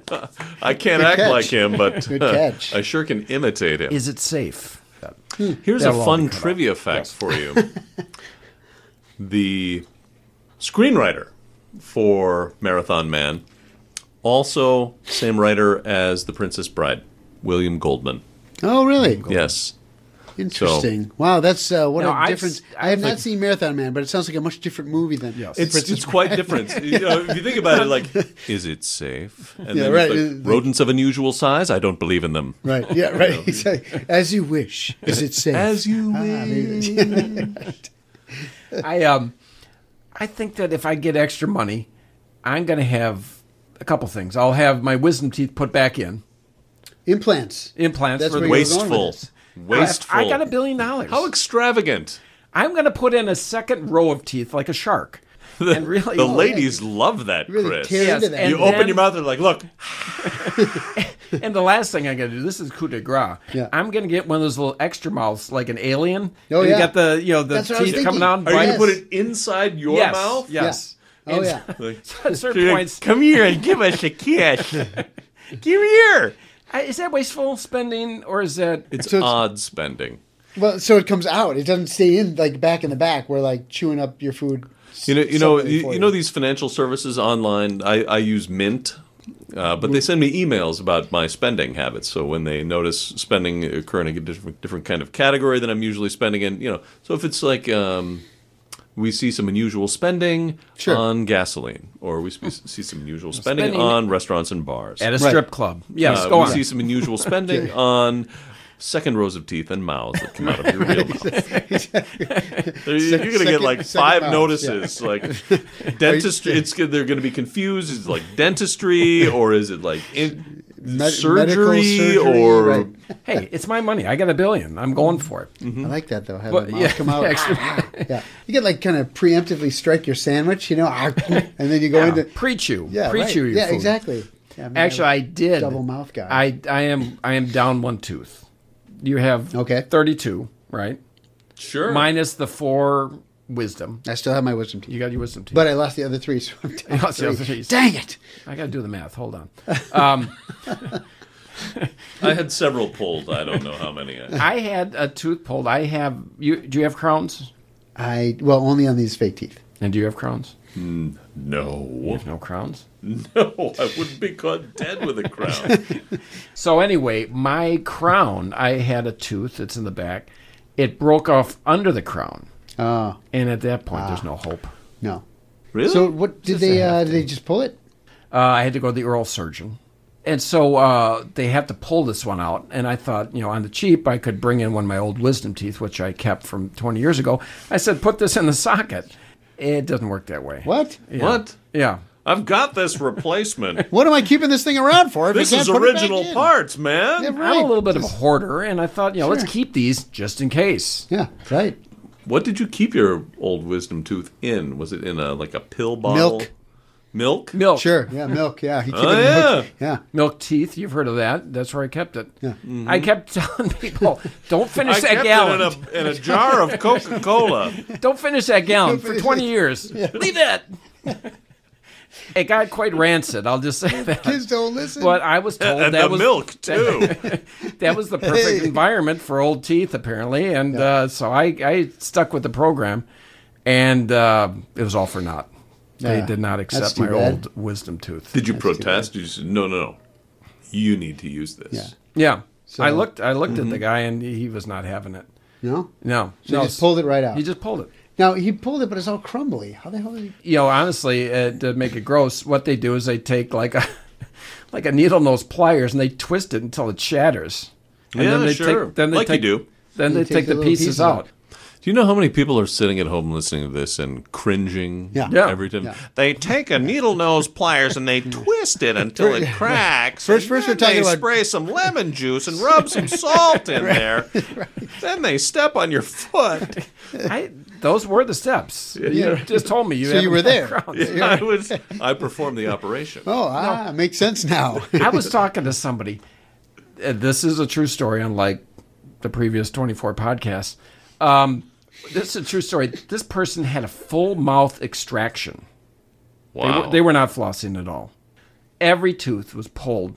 [SPEAKER 3] <laughs> I can't act
[SPEAKER 1] catch.
[SPEAKER 3] like him, but
[SPEAKER 1] Good catch.
[SPEAKER 3] <laughs> I sure can imitate him.
[SPEAKER 4] Is
[SPEAKER 1] <laughs>
[SPEAKER 4] it safe?
[SPEAKER 3] Here's a
[SPEAKER 4] They'll all
[SPEAKER 3] fun
[SPEAKER 4] come up.
[SPEAKER 3] trivia fact for you. the screenwriter for Marathon Man, also same writer as The Princess Bride, William Goldman.
[SPEAKER 1] Oh, really?
[SPEAKER 3] Yes.
[SPEAKER 1] Interesting. wow, that's uh, what
[SPEAKER 4] No,
[SPEAKER 1] a
[SPEAKER 4] I've
[SPEAKER 1] difference.
[SPEAKER 4] s-
[SPEAKER 1] I have not seen Marathon Man, but it sounds like a much different movie than.
[SPEAKER 4] Yes.
[SPEAKER 3] It's, it's quite different. You know, if you think about
[SPEAKER 1] <laughs>
[SPEAKER 3] it, like, is it safe? And
[SPEAKER 1] Yeah,
[SPEAKER 3] then
[SPEAKER 1] right.
[SPEAKER 3] it's like, rodents of unusual size? I don't believe in them.
[SPEAKER 1] <laughs> Right. Yeah. Right. Exactly. As you wish. Is it safe?
[SPEAKER 3] As Ah, you
[SPEAKER 1] I
[SPEAKER 3] will.
[SPEAKER 1] mean,
[SPEAKER 4] I um, I think that if I get extra money, I'm gonna have a couple things. I'll have my wisdom teeth put back in
[SPEAKER 1] implants.
[SPEAKER 4] implants
[SPEAKER 1] That's
[SPEAKER 4] for the
[SPEAKER 1] where you-
[SPEAKER 3] Wasteful.
[SPEAKER 4] I-
[SPEAKER 3] Wasteful.
[SPEAKER 4] I got a billion dollars.
[SPEAKER 3] How extravagant.
[SPEAKER 4] I'm gonna put in a second row of teeth like
[SPEAKER 1] <laughs>
[SPEAKER 4] a shark, and really
[SPEAKER 3] The
[SPEAKER 4] oh,
[SPEAKER 3] ladies love that,
[SPEAKER 1] Really
[SPEAKER 3] Chris.
[SPEAKER 1] tear
[SPEAKER 4] Yes,
[SPEAKER 1] into that.
[SPEAKER 4] and-
[SPEAKER 3] You open
[SPEAKER 4] then-
[SPEAKER 3] your mouth and like, look,
[SPEAKER 4] And the last thing I'm gonna do, this is coup de grace.
[SPEAKER 1] Yeah.
[SPEAKER 4] I'm gonna get one of those little extra mouths, like an alien.
[SPEAKER 1] Oh,
[SPEAKER 4] and
[SPEAKER 1] yeah.
[SPEAKER 4] You got the you know the
[SPEAKER 1] That's what I was
[SPEAKER 4] teeth coming
[SPEAKER 1] thinking.
[SPEAKER 3] are
[SPEAKER 4] out.
[SPEAKER 3] you going to
[SPEAKER 1] Yes.
[SPEAKER 3] put it inside your
[SPEAKER 4] yes,
[SPEAKER 3] mouth?
[SPEAKER 4] Yes.
[SPEAKER 1] oh
[SPEAKER 4] And-
[SPEAKER 1] yeah.
[SPEAKER 3] Like,
[SPEAKER 4] <laughs> At certain points,
[SPEAKER 3] Come here and give us a
[SPEAKER 4] <laughs>
[SPEAKER 3] kiss. <laughs> give here.
[SPEAKER 4] I- is that wasteful spending or is that
[SPEAKER 3] It's
[SPEAKER 1] So it's-
[SPEAKER 3] odd spending.
[SPEAKER 1] Well, so it comes out. It doesn't stay in like back in the back where like chewing up your food.
[SPEAKER 3] You know, you know,
[SPEAKER 1] separately
[SPEAKER 3] you,
[SPEAKER 1] for
[SPEAKER 3] you know these financial services online. I, I use Mint, uh, but they send me emails about my spending habits. So when they notice spending occurring in a different, different kind of category than I'm usually spending in, you know, so if it's like um, we see some unusual spending
[SPEAKER 1] Sure.
[SPEAKER 3] on gasoline, or we sp- see some unusual spending,
[SPEAKER 4] Spending-
[SPEAKER 3] on restaurants and bars,
[SPEAKER 1] oh,
[SPEAKER 4] at a strip club? Yes,
[SPEAKER 3] Uh,
[SPEAKER 4] go
[SPEAKER 3] we
[SPEAKER 1] <laughs>
[SPEAKER 4] on.
[SPEAKER 3] see some unusual spending on second rows of teeth and mouths that come out of
[SPEAKER 1] <laughs>
[SPEAKER 3] your real mouth. <laughs> You're going to get
[SPEAKER 1] second-
[SPEAKER 3] like
[SPEAKER 1] second
[SPEAKER 3] five
[SPEAKER 1] mouths, <laughs>
[SPEAKER 3] notices, like dentistry. It's good- they're going to be confused. Is it like dentistry or is it like in,
[SPEAKER 1] <laughs> Med-
[SPEAKER 3] surgery,
[SPEAKER 1] medical surgery,
[SPEAKER 3] or
[SPEAKER 1] right.
[SPEAKER 4] Hey, it's my money. I got a billion. I'm going for it.
[SPEAKER 1] I like that though. Have
[SPEAKER 4] Well,
[SPEAKER 1] the mouth
[SPEAKER 4] yeah,
[SPEAKER 1] come
[SPEAKER 3] <laughs>
[SPEAKER 1] out.
[SPEAKER 4] extra-
[SPEAKER 1] yeah, you get like kind of preemptively strike your sandwich, you know, <laughs> and then you go into
[SPEAKER 4] Pre-chew.
[SPEAKER 1] yeah,
[SPEAKER 4] Pre-chew
[SPEAKER 1] right.
[SPEAKER 4] your
[SPEAKER 1] yeah,
[SPEAKER 4] food.
[SPEAKER 1] exactly. Yeah, man,
[SPEAKER 4] Actually, I did.
[SPEAKER 1] double mouth guy.
[SPEAKER 4] I I am I am down one tooth. You have
[SPEAKER 1] Okay.
[SPEAKER 4] 32, right?
[SPEAKER 3] sure.
[SPEAKER 4] Minus the four wisdom.
[SPEAKER 1] I still have my wisdom teeth,
[SPEAKER 4] You got your wisdom teeth.
[SPEAKER 1] but I lost the other three. So
[SPEAKER 3] <laughs>
[SPEAKER 1] I'm down
[SPEAKER 4] lost the
[SPEAKER 1] three.
[SPEAKER 4] other three.
[SPEAKER 1] Dang it!
[SPEAKER 4] I got to do the math. Hold on. <laughs> Um,
[SPEAKER 3] I had several pulled. I don't know how many. <laughs> I,
[SPEAKER 4] I had a tooth pulled. I have you. Do you have crowns?
[SPEAKER 1] I well only on these fake teeth.
[SPEAKER 4] And do you have crowns?
[SPEAKER 3] no, <laughs>
[SPEAKER 4] No crowns.
[SPEAKER 3] no, I wouldn't be caught dead with
[SPEAKER 1] <laughs>
[SPEAKER 3] a crown.
[SPEAKER 4] So anyway, my crown. I had a tooth. It's in the back. It broke off under the crown,
[SPEAKER 1] Oh
[SPEAKER 4] and at that point,
[SPEAKER 1] Ah.
[SPEAKER 4] there's no hope.
[SPEAKER 1] no.
[SPEAKER 3] Really?
[SPEAKER 1] So what did
[SPEAKER 4] Just a
[SPEAKER 1] they?
[SPEAKER 4] half
[SPEAKER 1] Uh, did they just pull it?
[SPEAKER 4] uh, I had to go to the oral surgeon. And so uh, they have to pull this one out. And I thought, you know, on the cheap, I could bring in one of my old wisdom teeth, which I kept from 20 years ago. I said, put this in the socket. It doesn't work that way.
[SPEAKER 1] What?
[SPEAKER 3] What?
[SPEAKER 4] Yeah.
[SPEAKER 3] I've got this
[SPEAKER 1] <laughs>
[SPEAKER 3] replacement.
[SPEAKER 1] What am I keeping this thing around for? If I
[SPEAKER 3] This
[SPEAKER 1] can't
[SPEAKER 3] is
[SPEAKER 1] put it back
[SPEAKER 3] original
[SPEAKER 1] in?
[SPEAKER 3] parts, man.
[SPEAKER 1] Yeah, right.
[SPEAKER 4] I'm a little bit of a hoarder, and I thought, you know,
[SPEAKER 1] Sure.
[SPEAKER 4] let's keep these just in case.
[SPEAKER 1] Yeah, right.
[SPEAKER 3] What did you keep your old wisdom tooth in? Was it in a like a pill bottle?
[SPEAKER 1] Milk.
[SPEAKER 3] Milk?
[SPEAKER 4] Milk.
[SPEAKER 1] Sure. Yeah, milk. Yeah. You keep
[SPEAKER 3] Oh,
[SPEAKER 1] it in milk. Yeah.
[SPEAKER 4] Milk teeth. You've heard of that. That's where I kept it. Mm-hmm. I kept telling
[SPEAKER 1] <laughs>
[SPEAKER 4] people, don't finish
[SPEAKER 3] I
[SPEAKER 4] that
[SPEAKER 3] kept
[SPEAKER 4] gallon.
[SPEAKER 3] it in a, in a jar of Coca Cola.
[SPEAKER 4] <laughs> Don't
[SPEAKER 1] <laughs>
[SPEAKER 4] finish that gallon for 20 years. Leave that. it got quite rancid, I'll just
[SPEAKER 1] <laughs>
[SPEAKER 4] say that.
[SPEAKER 1] Kids don't listen.
[SPEAKER 4] But I was told
[SPEAKER 3] and
[SPEAKER 4] that
[SPEAKER 3] the
[SPEAKER 4] was <laughs>
[SPEAKER 3] milk, too.
[SPEAKER 4] that was the perfect environment for old teeth, apparently, and uh, so I, I stuck with the program, and uh, it was all for naught. They
[SPEAKER 1] Yeah.
[SPEAKER 4] did not
[SPEAKER 1] That's
[SPEAKER 4] accept
[SPEAKER 1] too
[SPEAKER 4] my
[SPEAKER 1] bad.
[SPEAKER 4] old wisdom tooth.
[SPEAKER 3] Did you protest? You said, no, no, no. You need to use this.
[SPEAKER 1] Yeah.
[SPEAKER 4] Yeah, I looked I looked at the guy, and he was not having it.
[SPEAKER 1] no.
[SPEAKER 4] No,
[SPEAKER 1] Mm-hmm. So
[SPEAKER 4] no,
[SPEAKER 1] he just pulled it right out.
[SPEAKER 4] He just pulled it.
[SPEAKER 1] now he pulled it, but it's all crumbly. How the hell did he?
[SPEAKER 4] you know, honestly, uh, to make it gross, what they do is they take like a <laughs> like a needle nose pliers and they twist it until it shatters. And
[SPEAKER 3] Yeah,
[SPEAKER 4] they
[SPEAKER 3] sure.
[SPEAKER 4] Take, then they
[SPEAKER 3] Like you
[SPEAKER 4] take,
[SPEAKER 3] do.
[SPEAKER 4] Then
[SPEAKER 1] You
[SPEAKER 4] they
[SPEAKER 1] take
[SPEAKER 4] take
[SPEAKER 1] the
[SPEAKER 4] the
[SPEAKER 1] little
[SPEAKER 4] pieces,
[SPEAKER 1] pieces out.
[SPEAKER 4] out.
[SPEAKER 3] Do you know how many people are sitting at home listening to this and cringing
[SPEAKER 1] Yeah.
[SPEAKER 4] Yeah.
[SPEAKER 3] every time?
[SPEAKER 1] Yeah.
[SPEAKER 3] They take a needle nose pliers
[SPEAKER 1] <laughs>
[SPEAKER 3] and they twist it until it cracks.
[SPEAKER 1] First-
[SPEAKER 3] and
[SPEAKER 1] first
[SPEAKER 3] then
[SPEAKER 1] we're talking
[SPEAKER 3] they
[SPEAKER 1] about-
[SPEAKER 3] spray some lemon
[SPEAKER 1] <laughs>
[SPEAKER 3] juice and rub some salt in there. Then they step on your foot.
[SPEAKER 4] I, those were the steps. you just told me you.
[SPEAKER 1] So you
[SPEAKER 4] haven't
[SPEAKER 1] were
[SPEAKER 4] had
[SPEAKER 1] there.
[SPEAKER 4] crowns.
[SPEAKER 1] <laughs>
[SPEAKER 3] I was I performed the operation.
[SPEAKER 1] Oh, ah, makes sense now.
[SPEAKER 4] <laughs>
[SPEAKER 1] <laughs>
[SPEAKER 4] I was talking to somebody. uh, This is a true story, unlike the previous 24 podcasts. Um, this is a true story. This person had a full mouth extraction. They,
[SPEAKER 3] Wow.
[SPEAKER 4] were, they were not flossing at all. Every tooth was pulled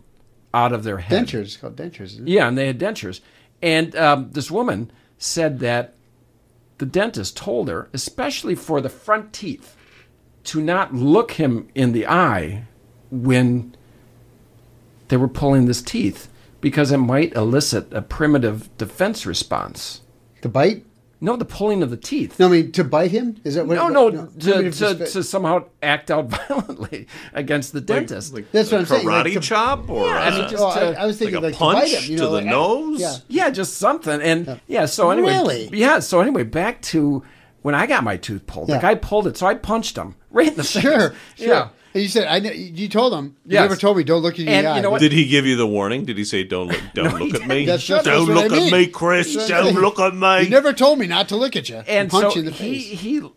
[SPEAKER 4] out of their head.
[SPEAKER 1] dentures. It's called dentures. Isn't it?
[SPEAKER 4] Yeah, and they had dentures. And um, this woman said that the dentist told her, especially for the front teeth, to not look him in the eye when they were pulling his teeth because it might elicit a primitive defense response.
[SPEAKER 1] To bite?
[SPEAKER 4] No, the pulling of the teeth.
[SPEAKER 1] No, I mean to bite him. Is that what?
[SPEAKER 4] No, no,
[SPEAKER 1] I mean,
[SPEAKER 4] to,
[SPEAKER 1] if
[SPEAKER 4] to,
[SPEAKER 1] it's-
[SPEAKER 4] to somehow act out <laughs> violently against the dentist.
[SPEAKER 1] That's
[SPEAKER 3] a
[SPEAKER 1] what I'm saying, like
[SPEAKER 3] Karate
[SPEAKER 1] to-
[SPEAKER 3] chop or
[SPEAKER 4] Yeah, I mean,
[SPEAKER 3] uh,
[SPEAKER 4] just
[SPEAKER 1] oh, I,
[SPEAKER 4] to-
[SPEAKER 1] I was thinking
[SPEAKER 3] like
[SPEAKER 1] like,
[SPEAKER 3] a
[SPEAKER 1] to bite
[SPEAKER 3] punch
[SPEAKER 1] him. You
[SPEAKER 3] to
[SPEAKER 1] know,
[SPEAKER 3] the
[SPEAKER 1] like, ah,
[SPEAKER 3] nose?
[SPEAKER 1] Yeah. <laughs>
[SPEAKER 4] Yeah, just something. And yeah, so anyway,
[SPEAKER 1] Really?
[SPEAKER 4] yeah, so anyway, back to when I got my tooth pulled. The
[SPEAKER 1] Yeah.
[SPEAKER 4] guy pulled it, so I punched him <laughs> right in the face.
[SPEAKER 1] Sure. Sure.
[SPEAKER 4] Yeah.
[SPEAKER 1] And you said I. kn- You told him. You
[SPEAKER 4] Yes.
[SPEAKER 1] never told me. Don't look at your
[SPEAKER 4] And
[SPEAKER 1] eye.
[SPEAKER 4] you know what?
[SPEAKER 3] Did he give you the warning? Did he say, "Don't look, don't
[SPEAKER 4] he
[SPEAKER 3] look at me,
[SPEAKER 1] That's-
[SPEAKER 3] don't
[SPEAKER 1] that's what
[SPEAKER 3] look
[SPEAKER 1] I
[SPEAKER 3] at
[SPEAKER 1] mean.
[SPEAKER 3] me, Chris,
[SPEAKER 1] That's
[SPEAKER 3] don't
[SPEAKER 1] what I-
[SPEAKER 3] look at
[SPEAKER 1] You
[SPEAKER 3] me"?
[SPEAKER 1] never told me not to look at you.
[SPEAKER 4] And
[SPEAKER 1] punch you
[SPEAKER 4] so
[SPEAKER 1] in the
[SPEAKER 4] he
[SPEAKER 1] face.
[SPEAKER 4] he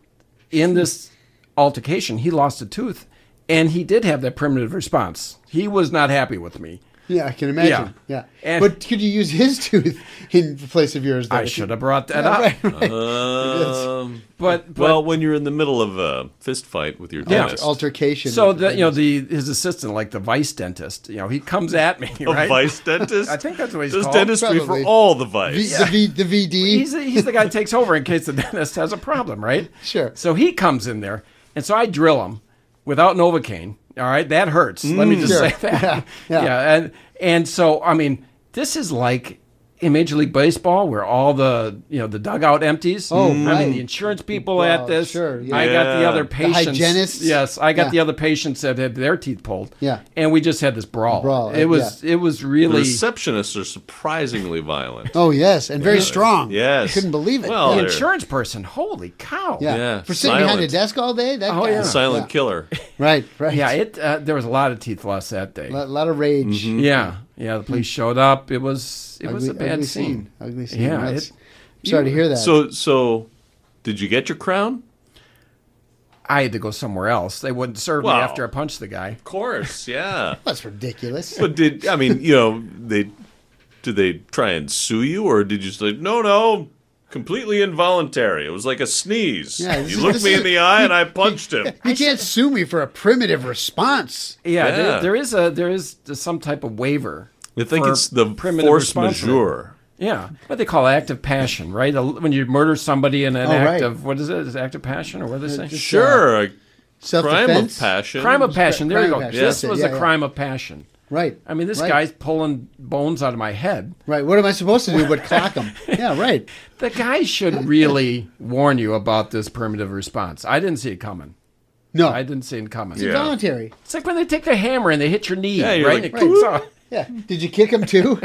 [SPEAKER 4] in this altercation, he lost a tooth and he did have that primitive response. He was not happy with me.
[SPEAKER 1] Yeah, I can imagine. Yeah.
[SPEAKER 4] Yeah. And-
[SPEAKER 1] but could you use his <laughs> tooth in place of yours? Though,
[SPEAKER 4] I
[SPEAKER 1] if you-
[SPEAKER 4] should
[SPEAKER 1] <laughs>
[SPEAKER 4] have brought that up. Uh,
[SPEAKER 3] Um,
[SPEAKER 4] But, but
[SPEAKER 3] well, when you're in the middle of a fist fight with your
[SPEAKER 4] Yeah.
[SPEAKER 3] dentist,
[SPEAKER 1] altercation.
[SPEAKER 4] so
[SPEAKER 1] with
[SPEAKER 4] the you know the his assistant, like the vice dentist, you know, he comes at me,
[SPEAKER 3] <laughs> a
[SPEAKER 4] right?
[SPEAKER 3] vice
[SPEAKER 1] <laughs>
[SPEAKER 3] dentist.
[SPEAKER 4] I think that's what he's
[SPEAKER 3] Does
[SPEAKER 4] called.
[SPEAKER 3] dentistry
[SPEAKER 1] Probably.
[SPEAKER 3] for all the
[SPEAKER 1] the,
[SPEAKER 3] vice.
[SPEAKER 1] the, v, the VD.
[SPEAKER 4] he's he's the guy that takes over in case the <laughs> dentist has a problem, right?
[SPEAKER 1] Sure.
[SPEAKER 4] So he comes in there, and so I drill him without Novocaine. All right, that hurts. Let me just
[SPEAKER 1] Mm, Sure.
[SPEAKER 4] say that.
[SPEAKER 1] Yeah, yeah.
[SPEAKER 4] and and so I mean, this is like in Major League Baseball, where all the you know the dugout empties.
[SPEAKER 1] Oh,
[SPEAKER 4] I
[SPEAKER 1] right.
[SPEAKER 4] mean the insurance people
[SPEAKER 1] Well,
[SPEAKER 4] at this.
[SPEAKER 1] sure, yeah.
[SPEAKER 4] I got the
[SPEAKER 3] Yeah.
[SPEAKER 4] other patients.
[SPEAKER 1] hygienists.
[SPEAKER 4] Yes, I got
[SPEAKER 1] Yeah.
[SPEAKER 4] the other patients that had their teeth pulled.
[SPEAKER 1] Yeah.
[SPEAKER 4] and we just had this brawl.
[SPEAKER 1] Brawl, uh,
[SPEAKER 4] It was it was really
[SPEAKER 3] Receptionists are surprisingly violent.
[SPEAKER 1] Oh yes, and very strong.
[SPEAKER 3] Yes.
[SPEAKER 1] I couldn't believe it.
[SPEAKER 3] Well,
[SPEAKER 1] yeah.
[SPEAKER 4] the
[SPEAKER 3] they're-
[SPEAKER 4] insurance person. Holy cow!
[SPEAKER 1] Yeah.
[SPEAKER 3] yeah,
[SPEAKER 1] for sitting behind a
[SPEAKER 3] silent.
[SPEAKER 1] desk all day. That
[SPEAKER 4] Oh,
[SPEAKER 1] guy-
[SPEAKER 4] yeah.
[SPEAKER 3] The silent
[SPEAKER 1] Yeah.
[SPEAKER 3] killer.
[SPEAKER 1] Right, right.
[SPEAKER 4] yeah. It uh, there was a lot of teeth loss that day.
[SPEAKER 1] a lot, lot of rage.
[SPEAKER 3] Mm-hmm.
[SPEAKER 4] Yeah, yeah. The police showed up. It was it was a
[SPEAKER 1] Ugly-
[SPEAKER 4] bad
[SPEAKER 1] ugly
[SPEAKER 4] scene.
[SPEAKER 1] Ugly scene.
[SPEAKER 4] Yeah,
[SPEAKER 1] That's-
[SPEAKER 4] it-
[SPEAKER 1] I'm sorry to hear that.
[SPEAKER 3] So, so, did you get your crown?
[SPEAKER 4] I had to go somewhere else. They wouldn't serve me
[SPEAKER 3] Wow.
[SPEAKER 4] after I punched the guy.
[SPEAKER 3] Of course, yeah.
[SPEAKER 1] that's ridiculous.
[SPEAKER 3] but did I mean you know they? Did they try and sue you, or did you say no, no? Completely involuntary. It was like a sneeze.
[SPEAKER 1] Yeah, this
[SPEAKER 3] you
[SPEAKER 1] is-
[SPEAKER 3] looked me
[SPEAKER 1] this
[SPEAKER 3] in the eye and I punched him.
[SPEAKER 1] You can't sue me for a primitive response.
[SPEAKER 4] Yeah,
[SPEAKER 3] Yeah.
[SPEAKER 4] There, there is a there is some type of waiver.
[SPEAKER 3] I think
[SPEAKER 4] for
[SPEAKER 3] it's the
[SPEAKER 4] primitive
[SPEAKER 3] force
[SPEAKER 4] response.
[SPEAKER 3] majeure.
[SPEAKER 4] Yeah, what they call active passion, right? A- When you murder somebody in an
[SPEAKER 1] Oh,
[SPEAKER 4] act
[SPEAKER 1] right. Uh,
[SPEAKER 4] of what is it? Is it active passion or what do they say?
[SPEAKER 3] Sure, a
[SPEAKER 1] Self
[SPEAKER 3] crime
[SPEAKER 1] defense.
[SPEAKER 3] of passion.
[SPEAKER 4] Crime of passion. There you
[SPEAKER 1] Crime
[SPEAKER 4] go.
[SPEAKER 1] of passion,
[SPEAKER 4] This
[SPEAKER 1] that's it,
[SPEAKER 4] was
[SPEAKER 1] yeah,
[SPEAKER 4] a
[SPEAKER 1] yeah.
[SPEAKER 4] crime of passion.
[SPEAKER 1] Right.
[SPEAKER 4] I mean, this
[SPEAKER 1] right.
[SPEAKER 4] guy's pulling bones out of my head.
[SPEAKER 1] Right. What am I supposed to do but clock
[SPEAKER 4] <laughs>
[SPEAKER 1] him? Yeah. Right.
[SPEAKER 4] The guy should really warn you about this primitive response. I didn't see it coming.
[SPEAKER 1] No.
[SPEAKER 4] I didn't see it coming.
[SPEAKER 3] Yeah.
[SPEAKER 1] Voluntary.
[SPEAKER 4] It's like when they take their hammer and they hit your knee,
[SPEAKER 3] Yeah, you're
[SPEAKER 4] right?
[SPEAKER 3] like,
[SPEAKER 4] and it comes off.
[SPEAKER 1] Yeah. Did you kick him
[SPEAKER 3] <laughs>
[SPEAKER 1] too?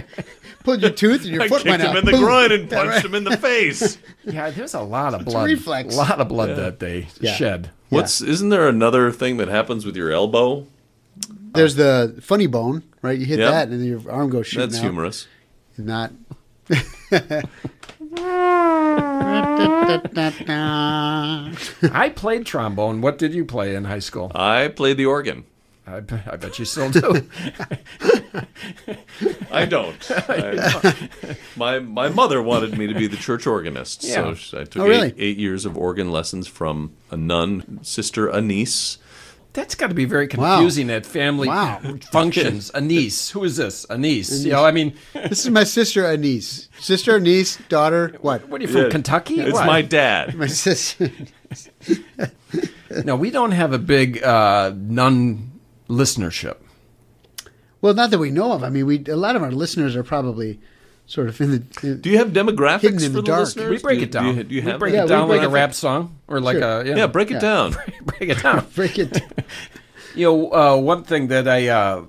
[SPEAKER 1] Pulled your tooth and your
[SPEAKER 3] I
[SPEAKER 1] foot
[SPEAKER 3] kicked
[SPEAKER 1] went
[SPEAKER 3] him
[SPEAKER 1] out.
[SPEAKER 3] in the
[SPEAKER 1] Boom.
[SPEAKER 3] groin and
[SPEAKER 1] Yeah,
[SPEAKER 3] punched
[SPEAKER 1] right.
[SPEAKER 3] him in the <laughs> face.
[SPEAKER 4] Yeah, there's a lot of blood.
[SPEAKER 1] reflex.
[SPEAKER 4] A lot of blood that day
[SPEAKER 1] Yeah. <laughs>
[SPEAKER 4] shed.
[SPEAKER 3] What's isn't there another thing that happens with your elbow?
[SPEAKER 1] There's the funny bone, right? You hit
[SPEAKER 3] Yeah.
[SPEAKER 1] that and then your arm goes shooting
[SPEAKER 3] That's
[SPEAKER 1] out.
[SPEAKER 3] humorous. <laughs>
[SPEAKER 1] Not.
[SPEAKER 4] I played trombone. What did you play in high school?
[SPEAKER 3] I played the organ.
[SPEAKER 4] I, be- I bet you
[SPEAKER 1] <laughs>
[SPEAKER 4] still do.
[SPEAKER 3] I don't.
[SPEAKER 4] <laughs>
[SPEAKER 3] I- my my mother wanted me to be the church organist,
[SPEAKER 4] Yeah.
[SPEAKER 3] so I took
[SPEAKER 1] Oh, really?
[SPEAKER 3] eight, eight years of organ lessons from a nun, sister Anise.
[SPEAKER 4] That's got to be very confusing at family
[SPEAKER 1] Wow.
[SPEAKER 3] <laughs>
[SPEAKER 4] functions. A niece. Who is this? A niece. You know, I mean,
[SPEAKER 1] This is my sister, Anise. Sister, niece, daughter, what?
[SPEAKER 4] what are you from,
[SPEAKER 3] Yeah.
[SPEAKER 4] Kentucky?
[SPEAKER 3] It's
[SPEAKER 4] What?
[SPEAKER 1] <laughs>
[SPEAKER 3] my dad.
[SPEAKER 1] My sister.
[SPEAKER 4] No, we don't have a big uh, nun listenership.
[SPEAKER 1] <laughs> Well, not that we know of. I mean, we a lot of our listeners are probably sort of in the. in-
[SPEAKER 3] Do you have demographics
[SPEAKER 1] Hidden in
[SPEAKER 3] for
[SPEAKER 1] the
[SPEAKER 3] the,
[SPEAKER 1] dark.
[SPEAKER 3] listeners?
[SPEAKER 4] We break
[SPEAKER 3] Do-
[SPEAKER 4] it down.
[SPEAKER 3] Do you, do you
[SPEAKER 4] we
[SPEAKER 3] have
[SPEAKER 4] break
[SPEAKER 1] Yeah,
[SPEAKER 4] it
[SPEAKER 1] we
[SPEAKER 4] down
[SPEAKER 1] break
[SPEAKER 4] like a
[SPEAKER 1] it-
[SPEAKER 4] rap song or like
[SPEAKER 1] Sure.
[SPEAKER 4] a yeah,
[SPEAKER 3] Yeah,
[SPEAKER 4] <laughs>
[SPEAKER 3] break it down.
[SPEAKER 4] break it down.
[SPEAKER 1] <laughs> break it.
[SPEAKER 4] You know, uh, one thing that I uh,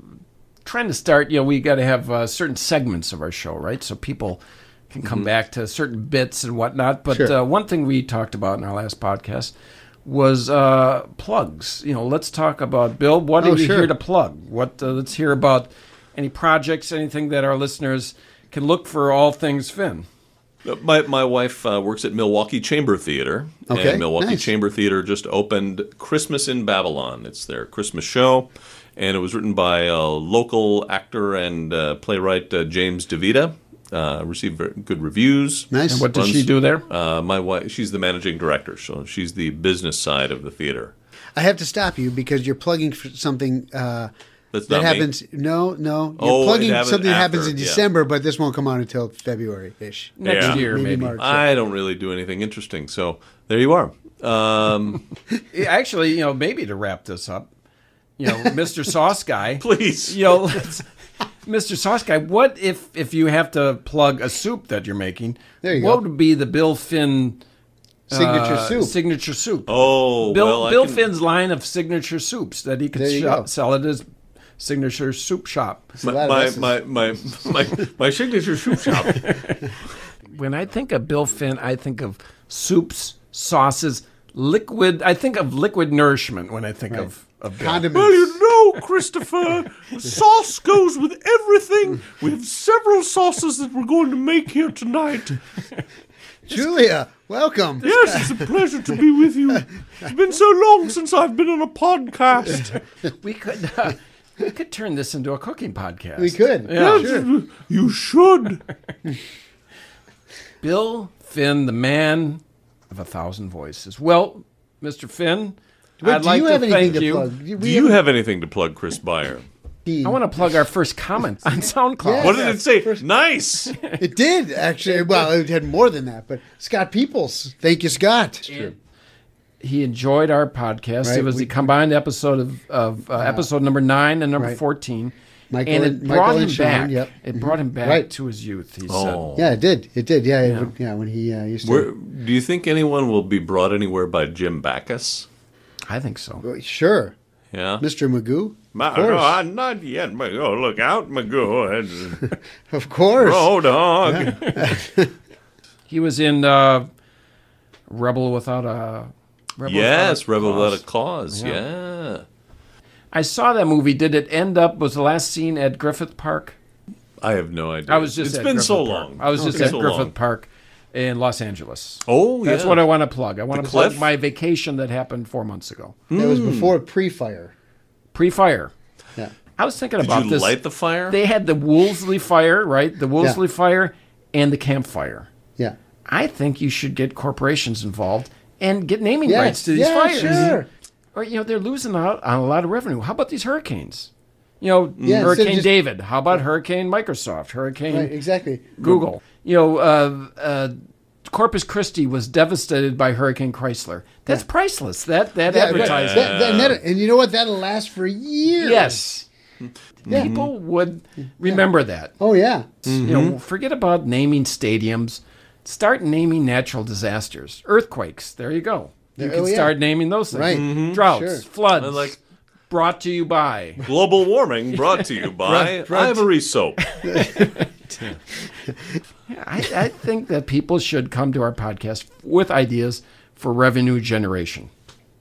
[SPEAKER 4] trying to start. You know, we got to have uh, certain segments of our show, right? So people can come back to certain bits and whatnot. But
[SPEAKER 1] Sure.
[SPEAKER 4] uh, one thing we talked about in our last podcast was uh, plugs. You know, let's talk about Bill. What
[SPEAKER 1] Oh,
[SPEAKER 4] are you
[SPEAKER 1] sure.
[SPEAKER 4] here to plug? What uh, let's hear about any projects, anything that our listeners can look for. All things Finn.
[SPEAKER 3] My, my wife uh, works at Milwaukee Chamber Theater.
[SPEAKER 1] Okay,
[SPEAKER 3] And Milwaukee
[SPEAKER 1] nice.
[SPEAKER 3] Chamber Theater just opened Christmas in Babylon. It's their Christmas show. And it was written by a local actor and uh, playwright uh, James DeVita. Uh, received very good reviews.
[SPEAKER 1] Nice.
[SPEAKER 4] And what does
[SPEAKER 3] Runs-
[SPEAKER 4] she do there?
[SPEAKER 3] Uh, my wife, she's the managing director, so she's the business side of the theater.
[SPEAKER 1] I have to stop you because you're plugging for something uh,
[SPEAKER 3] That's
[SPEAKER 1] that
[SPEAKER 3] not me.
[SPEAKER 1] happens. No, no, you're
[SPEAKER 3] Oh, it
[SPEAKER 1] plugging
[SPEAKER 3] happened
[SPEAKER 1] something that happens
[SPEAKER 3] after,
[SPEAKER 1] in
[SPEAKER 3] yeah.
[SPEAKER 1] December, but this won't come out until February ish.
[SPEAKER 4] Next
[SPEAKER 3] Yeah.
[SPEAKER 4] year,
[SPEAKER 1] Maybe
[SPEAKER 4] maybe.
[SPEAKER 1] March.
[SPEAKER 3] I don't really do anything interesting, so there you are. Um, <laughs>
[SPEAKER 4] Actually, you know, maybe to wrap this up, you <laughs> know, Mr. Sauce Guy.
[SPEAKER 3] please.
[SPEAKER 4] you know, let's, Mr. Sauce Guy, what if if you have to plug a soup that you're making?
[SPEAKER 1] There you
[SPEAKER 4] what
[SPEAKER 1] go.
[SPEAKER 4] would be the Bill Finn
[SPEAKER 1] Signature
[SPEAKER 4] uh,
[SPEAKER 1] soup.
[SPEAKER 4] Signature soup.
[SPEAKER 3] Oh,
[SPEAKER 4] Bill
[SPEAKER 3] well, I
[SPEAKER 4] Bill
[SPEAKER 3] can-
[SPEAKER 4] Finn's line of signature soups that he could
[SPEAKER 1] There you go.
[SPEAKER 4] shop, sell at his signature soup shop.
[SPEAKER 1] a lot
[SPEAKER 3] My
[SPEAKER 1] of
[SPEAKER 3] my,
[SPEAKER 1] S's.
[SPEAKER 3] my my <laughs> my my signature soup shop.
[SPEAKER 4] When I think of Bill Finn, I think of soups, sauces, liquid. I think of liquid nourishment when I think of of
[SPEAKER 3] <laughs>
[SPEAKER 4] Bill.
[SPEAKER 3] Well,
[SPEAKER 1] condiments.
[SPEAKER 3] you know, Christopher, sauce goes with everything. We have several sauces that we're going to make here tonight.
[SPEAKER 1] Julia, welcome.
[SPEAKER 3] Yes, it's a pleasure to be with you. It's been so long since I've been on a podcast.
[SPEAKER 4] We could <laughs> uh, we could turn this into a cooking podcast.
[SPEAKER 1] We could.
[SPEAKER 4] Yeah.
[SPEAKER 1] Sure.
[SPEAKER 3] You should.
[SPEAKER 4] Bill Finn, the man of a thousand voices. Well, Mr. Finn,
[SPEAKER 1] Wait,
[SPEAKER 4] I'd
[SPEAKER 1] do
[SPEAKER 4] like
[SPEAKER 1] you
[SPEAKER 4] to
[SPEAKER 1] have anything
[SPEAKER 4] thank
[SPEAKER 1] to
[SPEAKER 4] you.
[SPEAKER 1] plug? We
[SPEAKER 3] Do you have anything to plug, Chris Byer?
[SPEAKER 4] I want to plug our first comment
[SPEAKER 1] <laughs>
[SPEAKER 4] on SoundCloud.
[SPEAKER 3] What did it say? <laughs> Nice.
[SPEAKER 1] It did
[SPEAKER 4] <laughs>
[SPEAKER 1] actually. Well, it had more than that, but Scott Peoples. Thank you, Scott.
[SPEAKER 4] He enjoyed our podcast.
[SPEAKER 1] Right,
[SPEAKER 4] it was
[SPEAKER 1] we-
[SPEAKER 4] the combined episode of, of uh, episode number nine and number
[SPEAKER 1] Right.
[SPEAKER 4] fourteen.
[SPEAKER 1] Michael
[SPEAKER 4] and it
[SPEAKER 1] and-
[SPEAKER 4] brought
[SPEAKER 1] Michael
[SPEAKER 4] him
[SPEAKER 1] and Sean,
[SPEAKER 4] back.
[SPEAKER 1] yep. Mm-hmm.
[SPEAKER 4] It brought him back
[SPEAKER 1] Right.
[SPEAKER 4] to his youth. He
[SPEAKER 3] Oh.
[SPEAKER 1] Yeah, it did. It did. Yeah, yeah. yeah when he uh, used to.
[SPEAKER 3] Where, do you think anyone will be brought anywhere by Jim Backus?
[SPEAKER 4] said. I think so.
[SPEAKER 1] sure,
[SPEAKER 3] Yeah.
[SPEAKER 1] Mr. Magoo.
[SPEAKER 3] Ma-
[SPEAKER 1] of course.
[SPEAKER 3] I'm not yet. Ma- Oh, look out, <laughs> Magoo.
[SPEAKER 1] Of course.
[SPEAKER 3] Oh, dog.
[SPEAKER 4] He was in uh, Rebel Without a. Rebel
[SPEAKER 3] Yes,
[SPEAKER 4] Without a
[SPEAKER 3] Rebel
[SPEAKER 4] Cause.
[SPEAKER 3] Without a Cause. yeah.
[SPEAKER 4] I saw that movie. Did it end up? Was the last scene at Griffith Park?
[SPEAKER 3] I have no idea.
[SPEAKER 4] I was just.
[SPEAKER 3] It's
[SPEAKER 4] at
[SPEAKER 3] been
[SPEAKER 4] Griffith
[SPEAKER 3] so
[SPEAKER 4] Park.
[SPEAKER 3] long.
[SPEAKER 4] I was
[SPEAKER 3] It's
[SPEAKER 4] just
[SPEAKER 3] been
[SPEAKER 4] at
[SPEAKER 3] so
[SPEAKER 4] Griffith
[SPEAKER 3] long.
[SPEAKER 4] Park in Los Angeles.
[SPEAKER 3] Oh,
[SPEAKER 4] That's
[SPEAKER 3] yeah.
[SPEAKER 4] what I want to plug. I want
[SPEAKER 3] The
[SPEAKER 4] to plug
[SPEAKER 3] cliff?
[SPEAKER 4] my vacation that happened four months ago,
[SPEAKER 1] That
[SPEAKER 4] Hmm.
[SPEAKER 1] was before pre-fire.
[SPEAKER 4] pre-fire.
[SPEAKER 1] Yeah.
[SPEAKER 4] I was thinking
[SPEAKER 3] Did
[SPEAKER 4] about
[SPEAKER 3] you
[SPEAKER 4] this.
[SPEAKER 3] light the fire?
[SPEAKER 4] they had the Wolseley fire, right? The Wolseley fire and the campfire.
[SPEAKER 1] Yeah.
[SPEAKER 4] I think you should get corporations involved and get naming
[SPEAKER 1] Yeah,
[SPEAKER 4] rights to these
[SPEAKER 1] yeah,
[SPEAKER 4] fires. Mm-hmm.
[SPEAKER 1] sure.
[SPEAKER 4] Or you know, they're losing out on a lot of revenue. How about these hurricanes? You know,
[SPEAKER 1] Yeah, instead of
[SPEAKER 4] Hurricane
[SPEAKER 1] just-
[SPEAKER 4] David. How about Hurricane Microsoft? Hurricane
[SPEAKER 1] Right. Exactly.
[SPEAKER 4] Google. You know, uh, uh, Corpus Christi was devastated by Hurricane Chrysler. That's priceless. That that
[SPEAKER 1] Yeah, right.
[SPEAKER 4] advertising.
[SPEAKER 1] That- that- and, that- and you know what? That'll last for years.
[SPEAKER 4] Yes.
[SPEAKER 1] Mm-hmm.
[SPEAKER 4] People would remember that.
[SPEAKER 1] Oh yeah.
[SPEAKER 4] You
[SPEAKER 1] Mm-hmm.
[SPEAKER 4] know, forget about naming stadiums. Start naming natural disasters, earthquakes. There you go. You
[SPEAKER 1] There-
[SPEAKER 4] can
[SPEAKER 1] oh, yeah.
[SPEAKER 4] start naming those things. Mm-hmm.
[SPEAKER 1] Right. Mhm.
[SPEAKER 4] Droughts,
[SPEAKER 1] Sure.
[SPEAKER 4] floods.
[SPEAKER 3] And like-
[SPEAKER 4] brought to you by.
[SPEAKER 3] Global warming brought to
[SPEAKER 4] <laughs>
[SPEAKER 3] you by Ivory Soap.
[SPEAKER 4] I, I think that people should come to our podcast with ideas for revenue generation.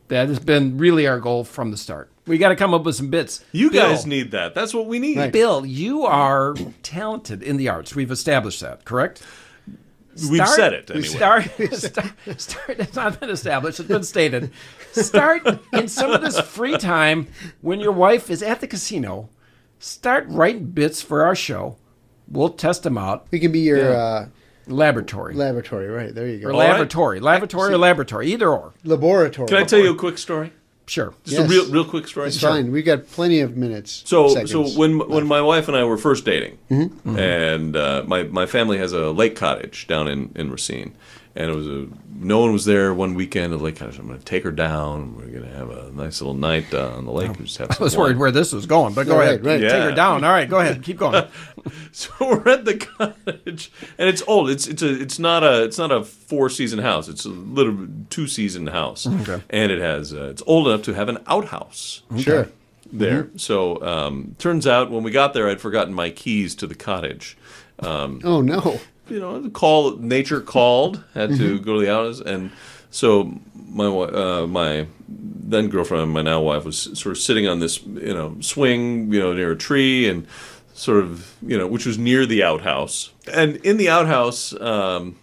[SPEAKER 4] That has been really our goal from the start. We got to come up with some bits.
[SPEAKER 3] You
[SPEAKER 4] Bill,
[SPEAKER 3] guys need that. That's what we need.
[SPEAKER 4] Bill, you are talented in the arts. We've established that, correct?
[SPEAKER 3] We've
[SPEAKER 4] Start-
[SPEAKER 3] said it anyway.
[SPEAKER 4] Start, <laughs> start, start, it's not been established, it's been stated. Start in some of this free time when your wife is at the casino, start writing bits for our show. We'll test them out.
[SPEAKER 1] We can be your uh,
[SPEAKER 4] Laboratory.
[SPEAKER 1] laboratory. Right there. You go.
[SPEAKER 4] or
[SPEAKER 3] right.
[SPEAKER 4] laboratory. Laboratory or laboratory. Either or.
[SPEAKER 1] laboratory.
[SPEAKER 3] Can I tell you a quick story?
[SPEAKER 4] Sure.
[SPEAKER 3] Just
[SPEAKER 1] Yes.
[SPEAKER 3] a real, real quick story.
[SPEAKER 1] It's fine. We've got plenty of minutes.
[SPEAKER 3] So,
[SPEAKER 1] seconds.
[SPEAKER 3] so when when my wife and I were first dating,
[SPEAKER 4] Mm-hmm.
[SPEAKER 3] and uh, my my family has a lake cottage down in, in Racine, and it was a no one was there one weekend at the lake cottage. I'm going to take her down. We're going to have a nice little night uh, on the lake. and just have
[SPEAKER 4] Oh. I
[SPEAKER 3] some
[SPEAKER 4] was
[SPEAKER 3] wine.
[SPEAKER 4] worried where this was going, but go
[SPEAKER 1] Yeah,
[SPEAKER 4] ahead.
[SPEAKER 1] right, right.
[SPEAKER 4] Take
[SPEAKER 3] Yeah.
[SPEAKER 4] her down. All right, go ahead. Keep
[SPEAKER 1] <laughs>
[SPEAKER 4] going.
[SPEAKER 3] So <laughs> we're at the cottage, and it's old. It's it's a it's not a it's not a four season house. It's a little two season house, okay. and it has uh, it's old enough to have an outhouse
[SPEAKER 1] sure.
[SPEAKER 3] there. So um, turns out when we got there, I'd forgotten my keys to the cottage.
[SPEAKER 1] Oh no.
[SPEAKER 3] you know, the call nature called, had to go to the outhouse, and so my wi- uh, my then girlfriend, and my now wife, was sort of sitting on this you know swing, you know, near a tree, and sort of you know, which was near the outhouse, and in the outhouse. Um,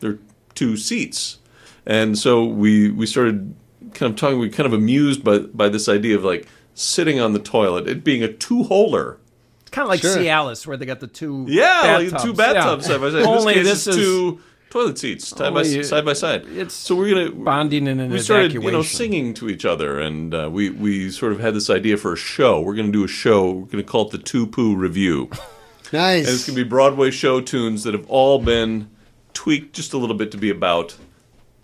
[SPEAKER 3] there are two seats. And so we we started kind of talking, we were kind of amused by by this idea of like sitting on the toilet, it being a two holer.
[SPEAKER 4] It's kind of like
[SPEAKER 1] Sure.
[SPEAKER 4] Cialis, where they got the two
[SPEAKER 3] Yeah,
[SPEAKER 4] bathtubs.
[SPEAKER 3] like two bathtubs side by side. In this,
[SPEAKER 4] Only
[SPEAKER 3] case,
[SPEAKER 4] this
[SPEAKER 3] it's
[SPEAKER 4] is
[SPEAKER 3] two toilet seats side by
[SPEAKER 4] Only, uh,
[SPEAKER 3] side by side.
[SPEAKER 4] it's
[SPEAKER 3] so we're gonna
[SPEAKER 4] bonding in an
[SPEAKER 3] we started
[SPEAKER 4] evacuation.
[SPEAKER 3] you know singing to each other, and uh, we we sort of had this idea for a show. We're gonna do a show. We're gonna call it the Two Poo
[SPEAKER 4] <laughs>
[SPEAKER 3] Review. And it's
[SPEAKER 1] Nice.
[SPEAKER 3] going to be Broadway show tunes that have all been tweaked just a little bit to be about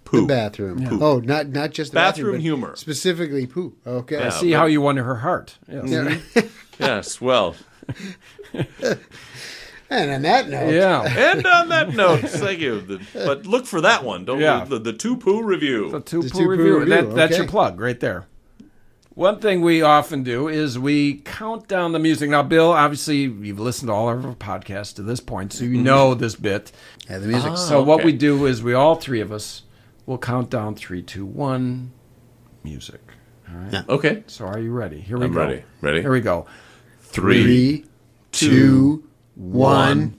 [SPEAKER 3] poo.
[SPEAKER 1] The bathroom. Oh, not not just the
[SPEAKER 3] Bathroom
[SPEAKER 1] but
[SPEAKER 3] humor.
[SPEAKER 1] Specifically poo. Okay.
[SPEAKER 3] Yeah.
[SPEAKER 4] See how you won her heart. Yes. Yeah.
[SPEAKER 1] Yeah.
[SPEAKER 3] Yes, well.
[SPEAKER 1] <laughs> and on that note,
[SPEAKER 3] And on that note, thank you. The- but look for that one. Don't
[SPEAKER 4] Yeah.
[SPEAKER 3] the, the two poo
[SPEAKER 4] The
[SPEAKER 3] review.
[SPEAKER 4] two
[SPEAKER 1] The
[SPEAKER 4] pool
[SPEAKER 1] two-poo
[SPEAKER 4] review.
[SPEAKER 1] review,
[SPEAKER 4] That, That's your
[SPEAKER 1] okay.
[SPEAKER 4] plug right there. One thing we often do is we count down the music. Now, Bill, obviously, you've listened to all of our podcasts to this point, so
[SPEAKER 1] Mm-hmm.
[SPEAKER 4] you know this bit.
[SPEAKER 1] yeah, the music.
[SPEAKER 4] So
[SPEAKER 3] Ah,
[SPEAKER 4] what
[SPEAKER 3] okay.
[SPEAKER 4] we do is we all three of us will count down three, two, one, music.
[SPEAKER 3] Okay.
[SPEAKER 4] So are you ready? Here we
[SPEAKER 3] I'm
[SPEAKER 4] go.
[SPEAKER 3] ready. Ready?
[SPEAKER 4] Here we go.
[SPEAKER 3] Three.
[SPEAKER 1] Three, two, one.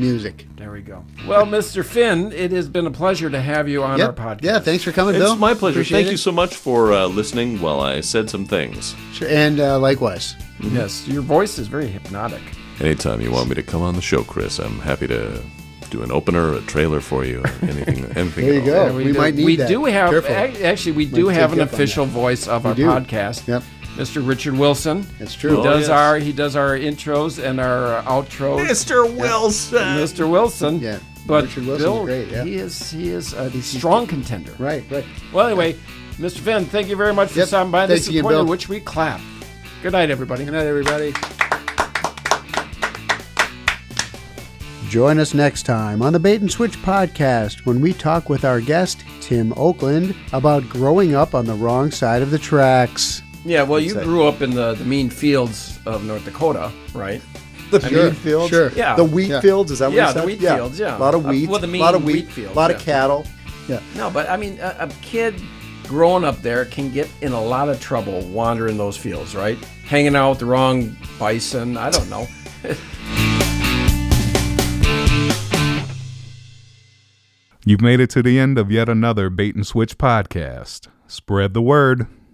[SPEAKER 1] Music.
[SPEAKER 4] There we go. Well, Mr. Finn, it has been a pleasure to have you on
[SPEAKER 1] Yep.
[SPEAKER 4] our podcast.
[SPEAKER 1] Yeah, thanks for coming,
[SPEAKER 3] It's
[SPEAKER 1] Bill.
[SPEAKER 3] my pleasure.
[SPEAKER 1] Appreciate
[SPEAKER 3] thank
[SPEAKER 1] it.
[SPEAKER 3] you so much for uh, listening while I said some things.
[SPEAKER 1] Sure, And uh, likewise.
[SPEAKER 4] Yes, your voice is very hypnotic.
[SPEAKER 3] Anytime you want me to come on the show, Chris, I'm happy to do an opener, a trailer for you, anything. <laughs> anything
[SPEAKER 1] There you
[SPEAKER 3] at all.
[SPEAKER 1] go.
[SPEAKER 4] And
[SPEAKER 1] we might need
[SPEAKER 4] we
[SPEAKER 1] that.
[SPEAKER 4] do have
[SPEAKER 1] Careful.
[SPEAKER 4] ac- actually we do
[SPEAKER 1] Might
[SPEAKER 4] have
[SPEAKER 1] take
[SPEAKER 4] an
[SPEAKER 1] you up on
[SPEAKER 4] official voice of our
[SPEAKER 1] do.
[SPEAKER 4] podcast.
[SPEAKER 1] Yep.
[SPEAKER 4] Mr. Richard Wilson.
[SPEAKER 1] That's true.
[SPEAKER 4] He
[SPEAKER 3] Oh, yes.
[SPEAKER 4] does our he does our intros and our outros.
[SPEAKER 3] Mr. Wilson.
[SPEAKER 4] Mr. Wilson.
[SPEAKER 1] Yeah.
[SPEAKER 4] But
[SPEAKER 1] Richard Wilson's
[SPEAKER 4] Bill,
[SPEAKER 1] great, yeah.
[SPEAKER 4] he is he is a strong contender.
[SPEAKER 1] Right, right.
[SPEAKER 4] Well, anyway, Mr. Finn, thank you very much for
[SPEAKER 1] Yep.
[SPEAKER 4] stopping by.
[SPEAKER 1] Thanks
[SPEAKER 4] This is
[SPEAKER 1] again,
[SPEAKER 4] the point
[SPEAKER 1] Bill.
[SPEAKER 4] at which we clap.
[SPEAKER 5] Good night, everybody.
[SPEAKER 1] Good night, everybody. Join us next time on the Bait and Switch podcast when we talk with our guest, Tim Oakland, about growing up on the wrong side of the tracks.
[SPEAKER 4] Yeah, well, you
[SPEAKER 1] Exactly.
[SPEAKER 4] grew up in the, the mean fields of North Dakota, right?
[SPEAKER 6] The
[SPEAKER 4] mean,
[SPEAKER 6] wheat fields?
[SPEAKER 1] sure.
[SPEAKER 4] Yeah.
[SPEAKER 6] The wheat
[SPEAKER 1] Yeah.
[SPEAKER 6] fields, is that what
[SPEAKER 4] Yeah,
[SPEAKER 6] you
[SPEAKER 4] the
[SPEAKER 6] said?
[SPEAKER 4] wheat fields, yeah.
[SPEAKER 6] A lot of
[SPEAKER 4] Uh,
[SPEAKER 6] wheat,
[SPEAKER 4] well, the
[SPEAKER 6] a lot
[SPEAKER 4] main
[SPEAKER 6] of wheat,
[SPEAKER 4] wheat fields,
[SPEAKER 6] a lot of
[SPEAKER 4] yeah.
[SPEAKER 6] cattle. Yeah.
[SPEAKER 4] No, but I mean, a, a kid growing up there can get in a lot of trouble wandering those fields, right? Hanging out with the wrong bison. I don't know.
[SPEAKER 2] You've made it to the end of yet another Bait and Switch podcast. Spread the word.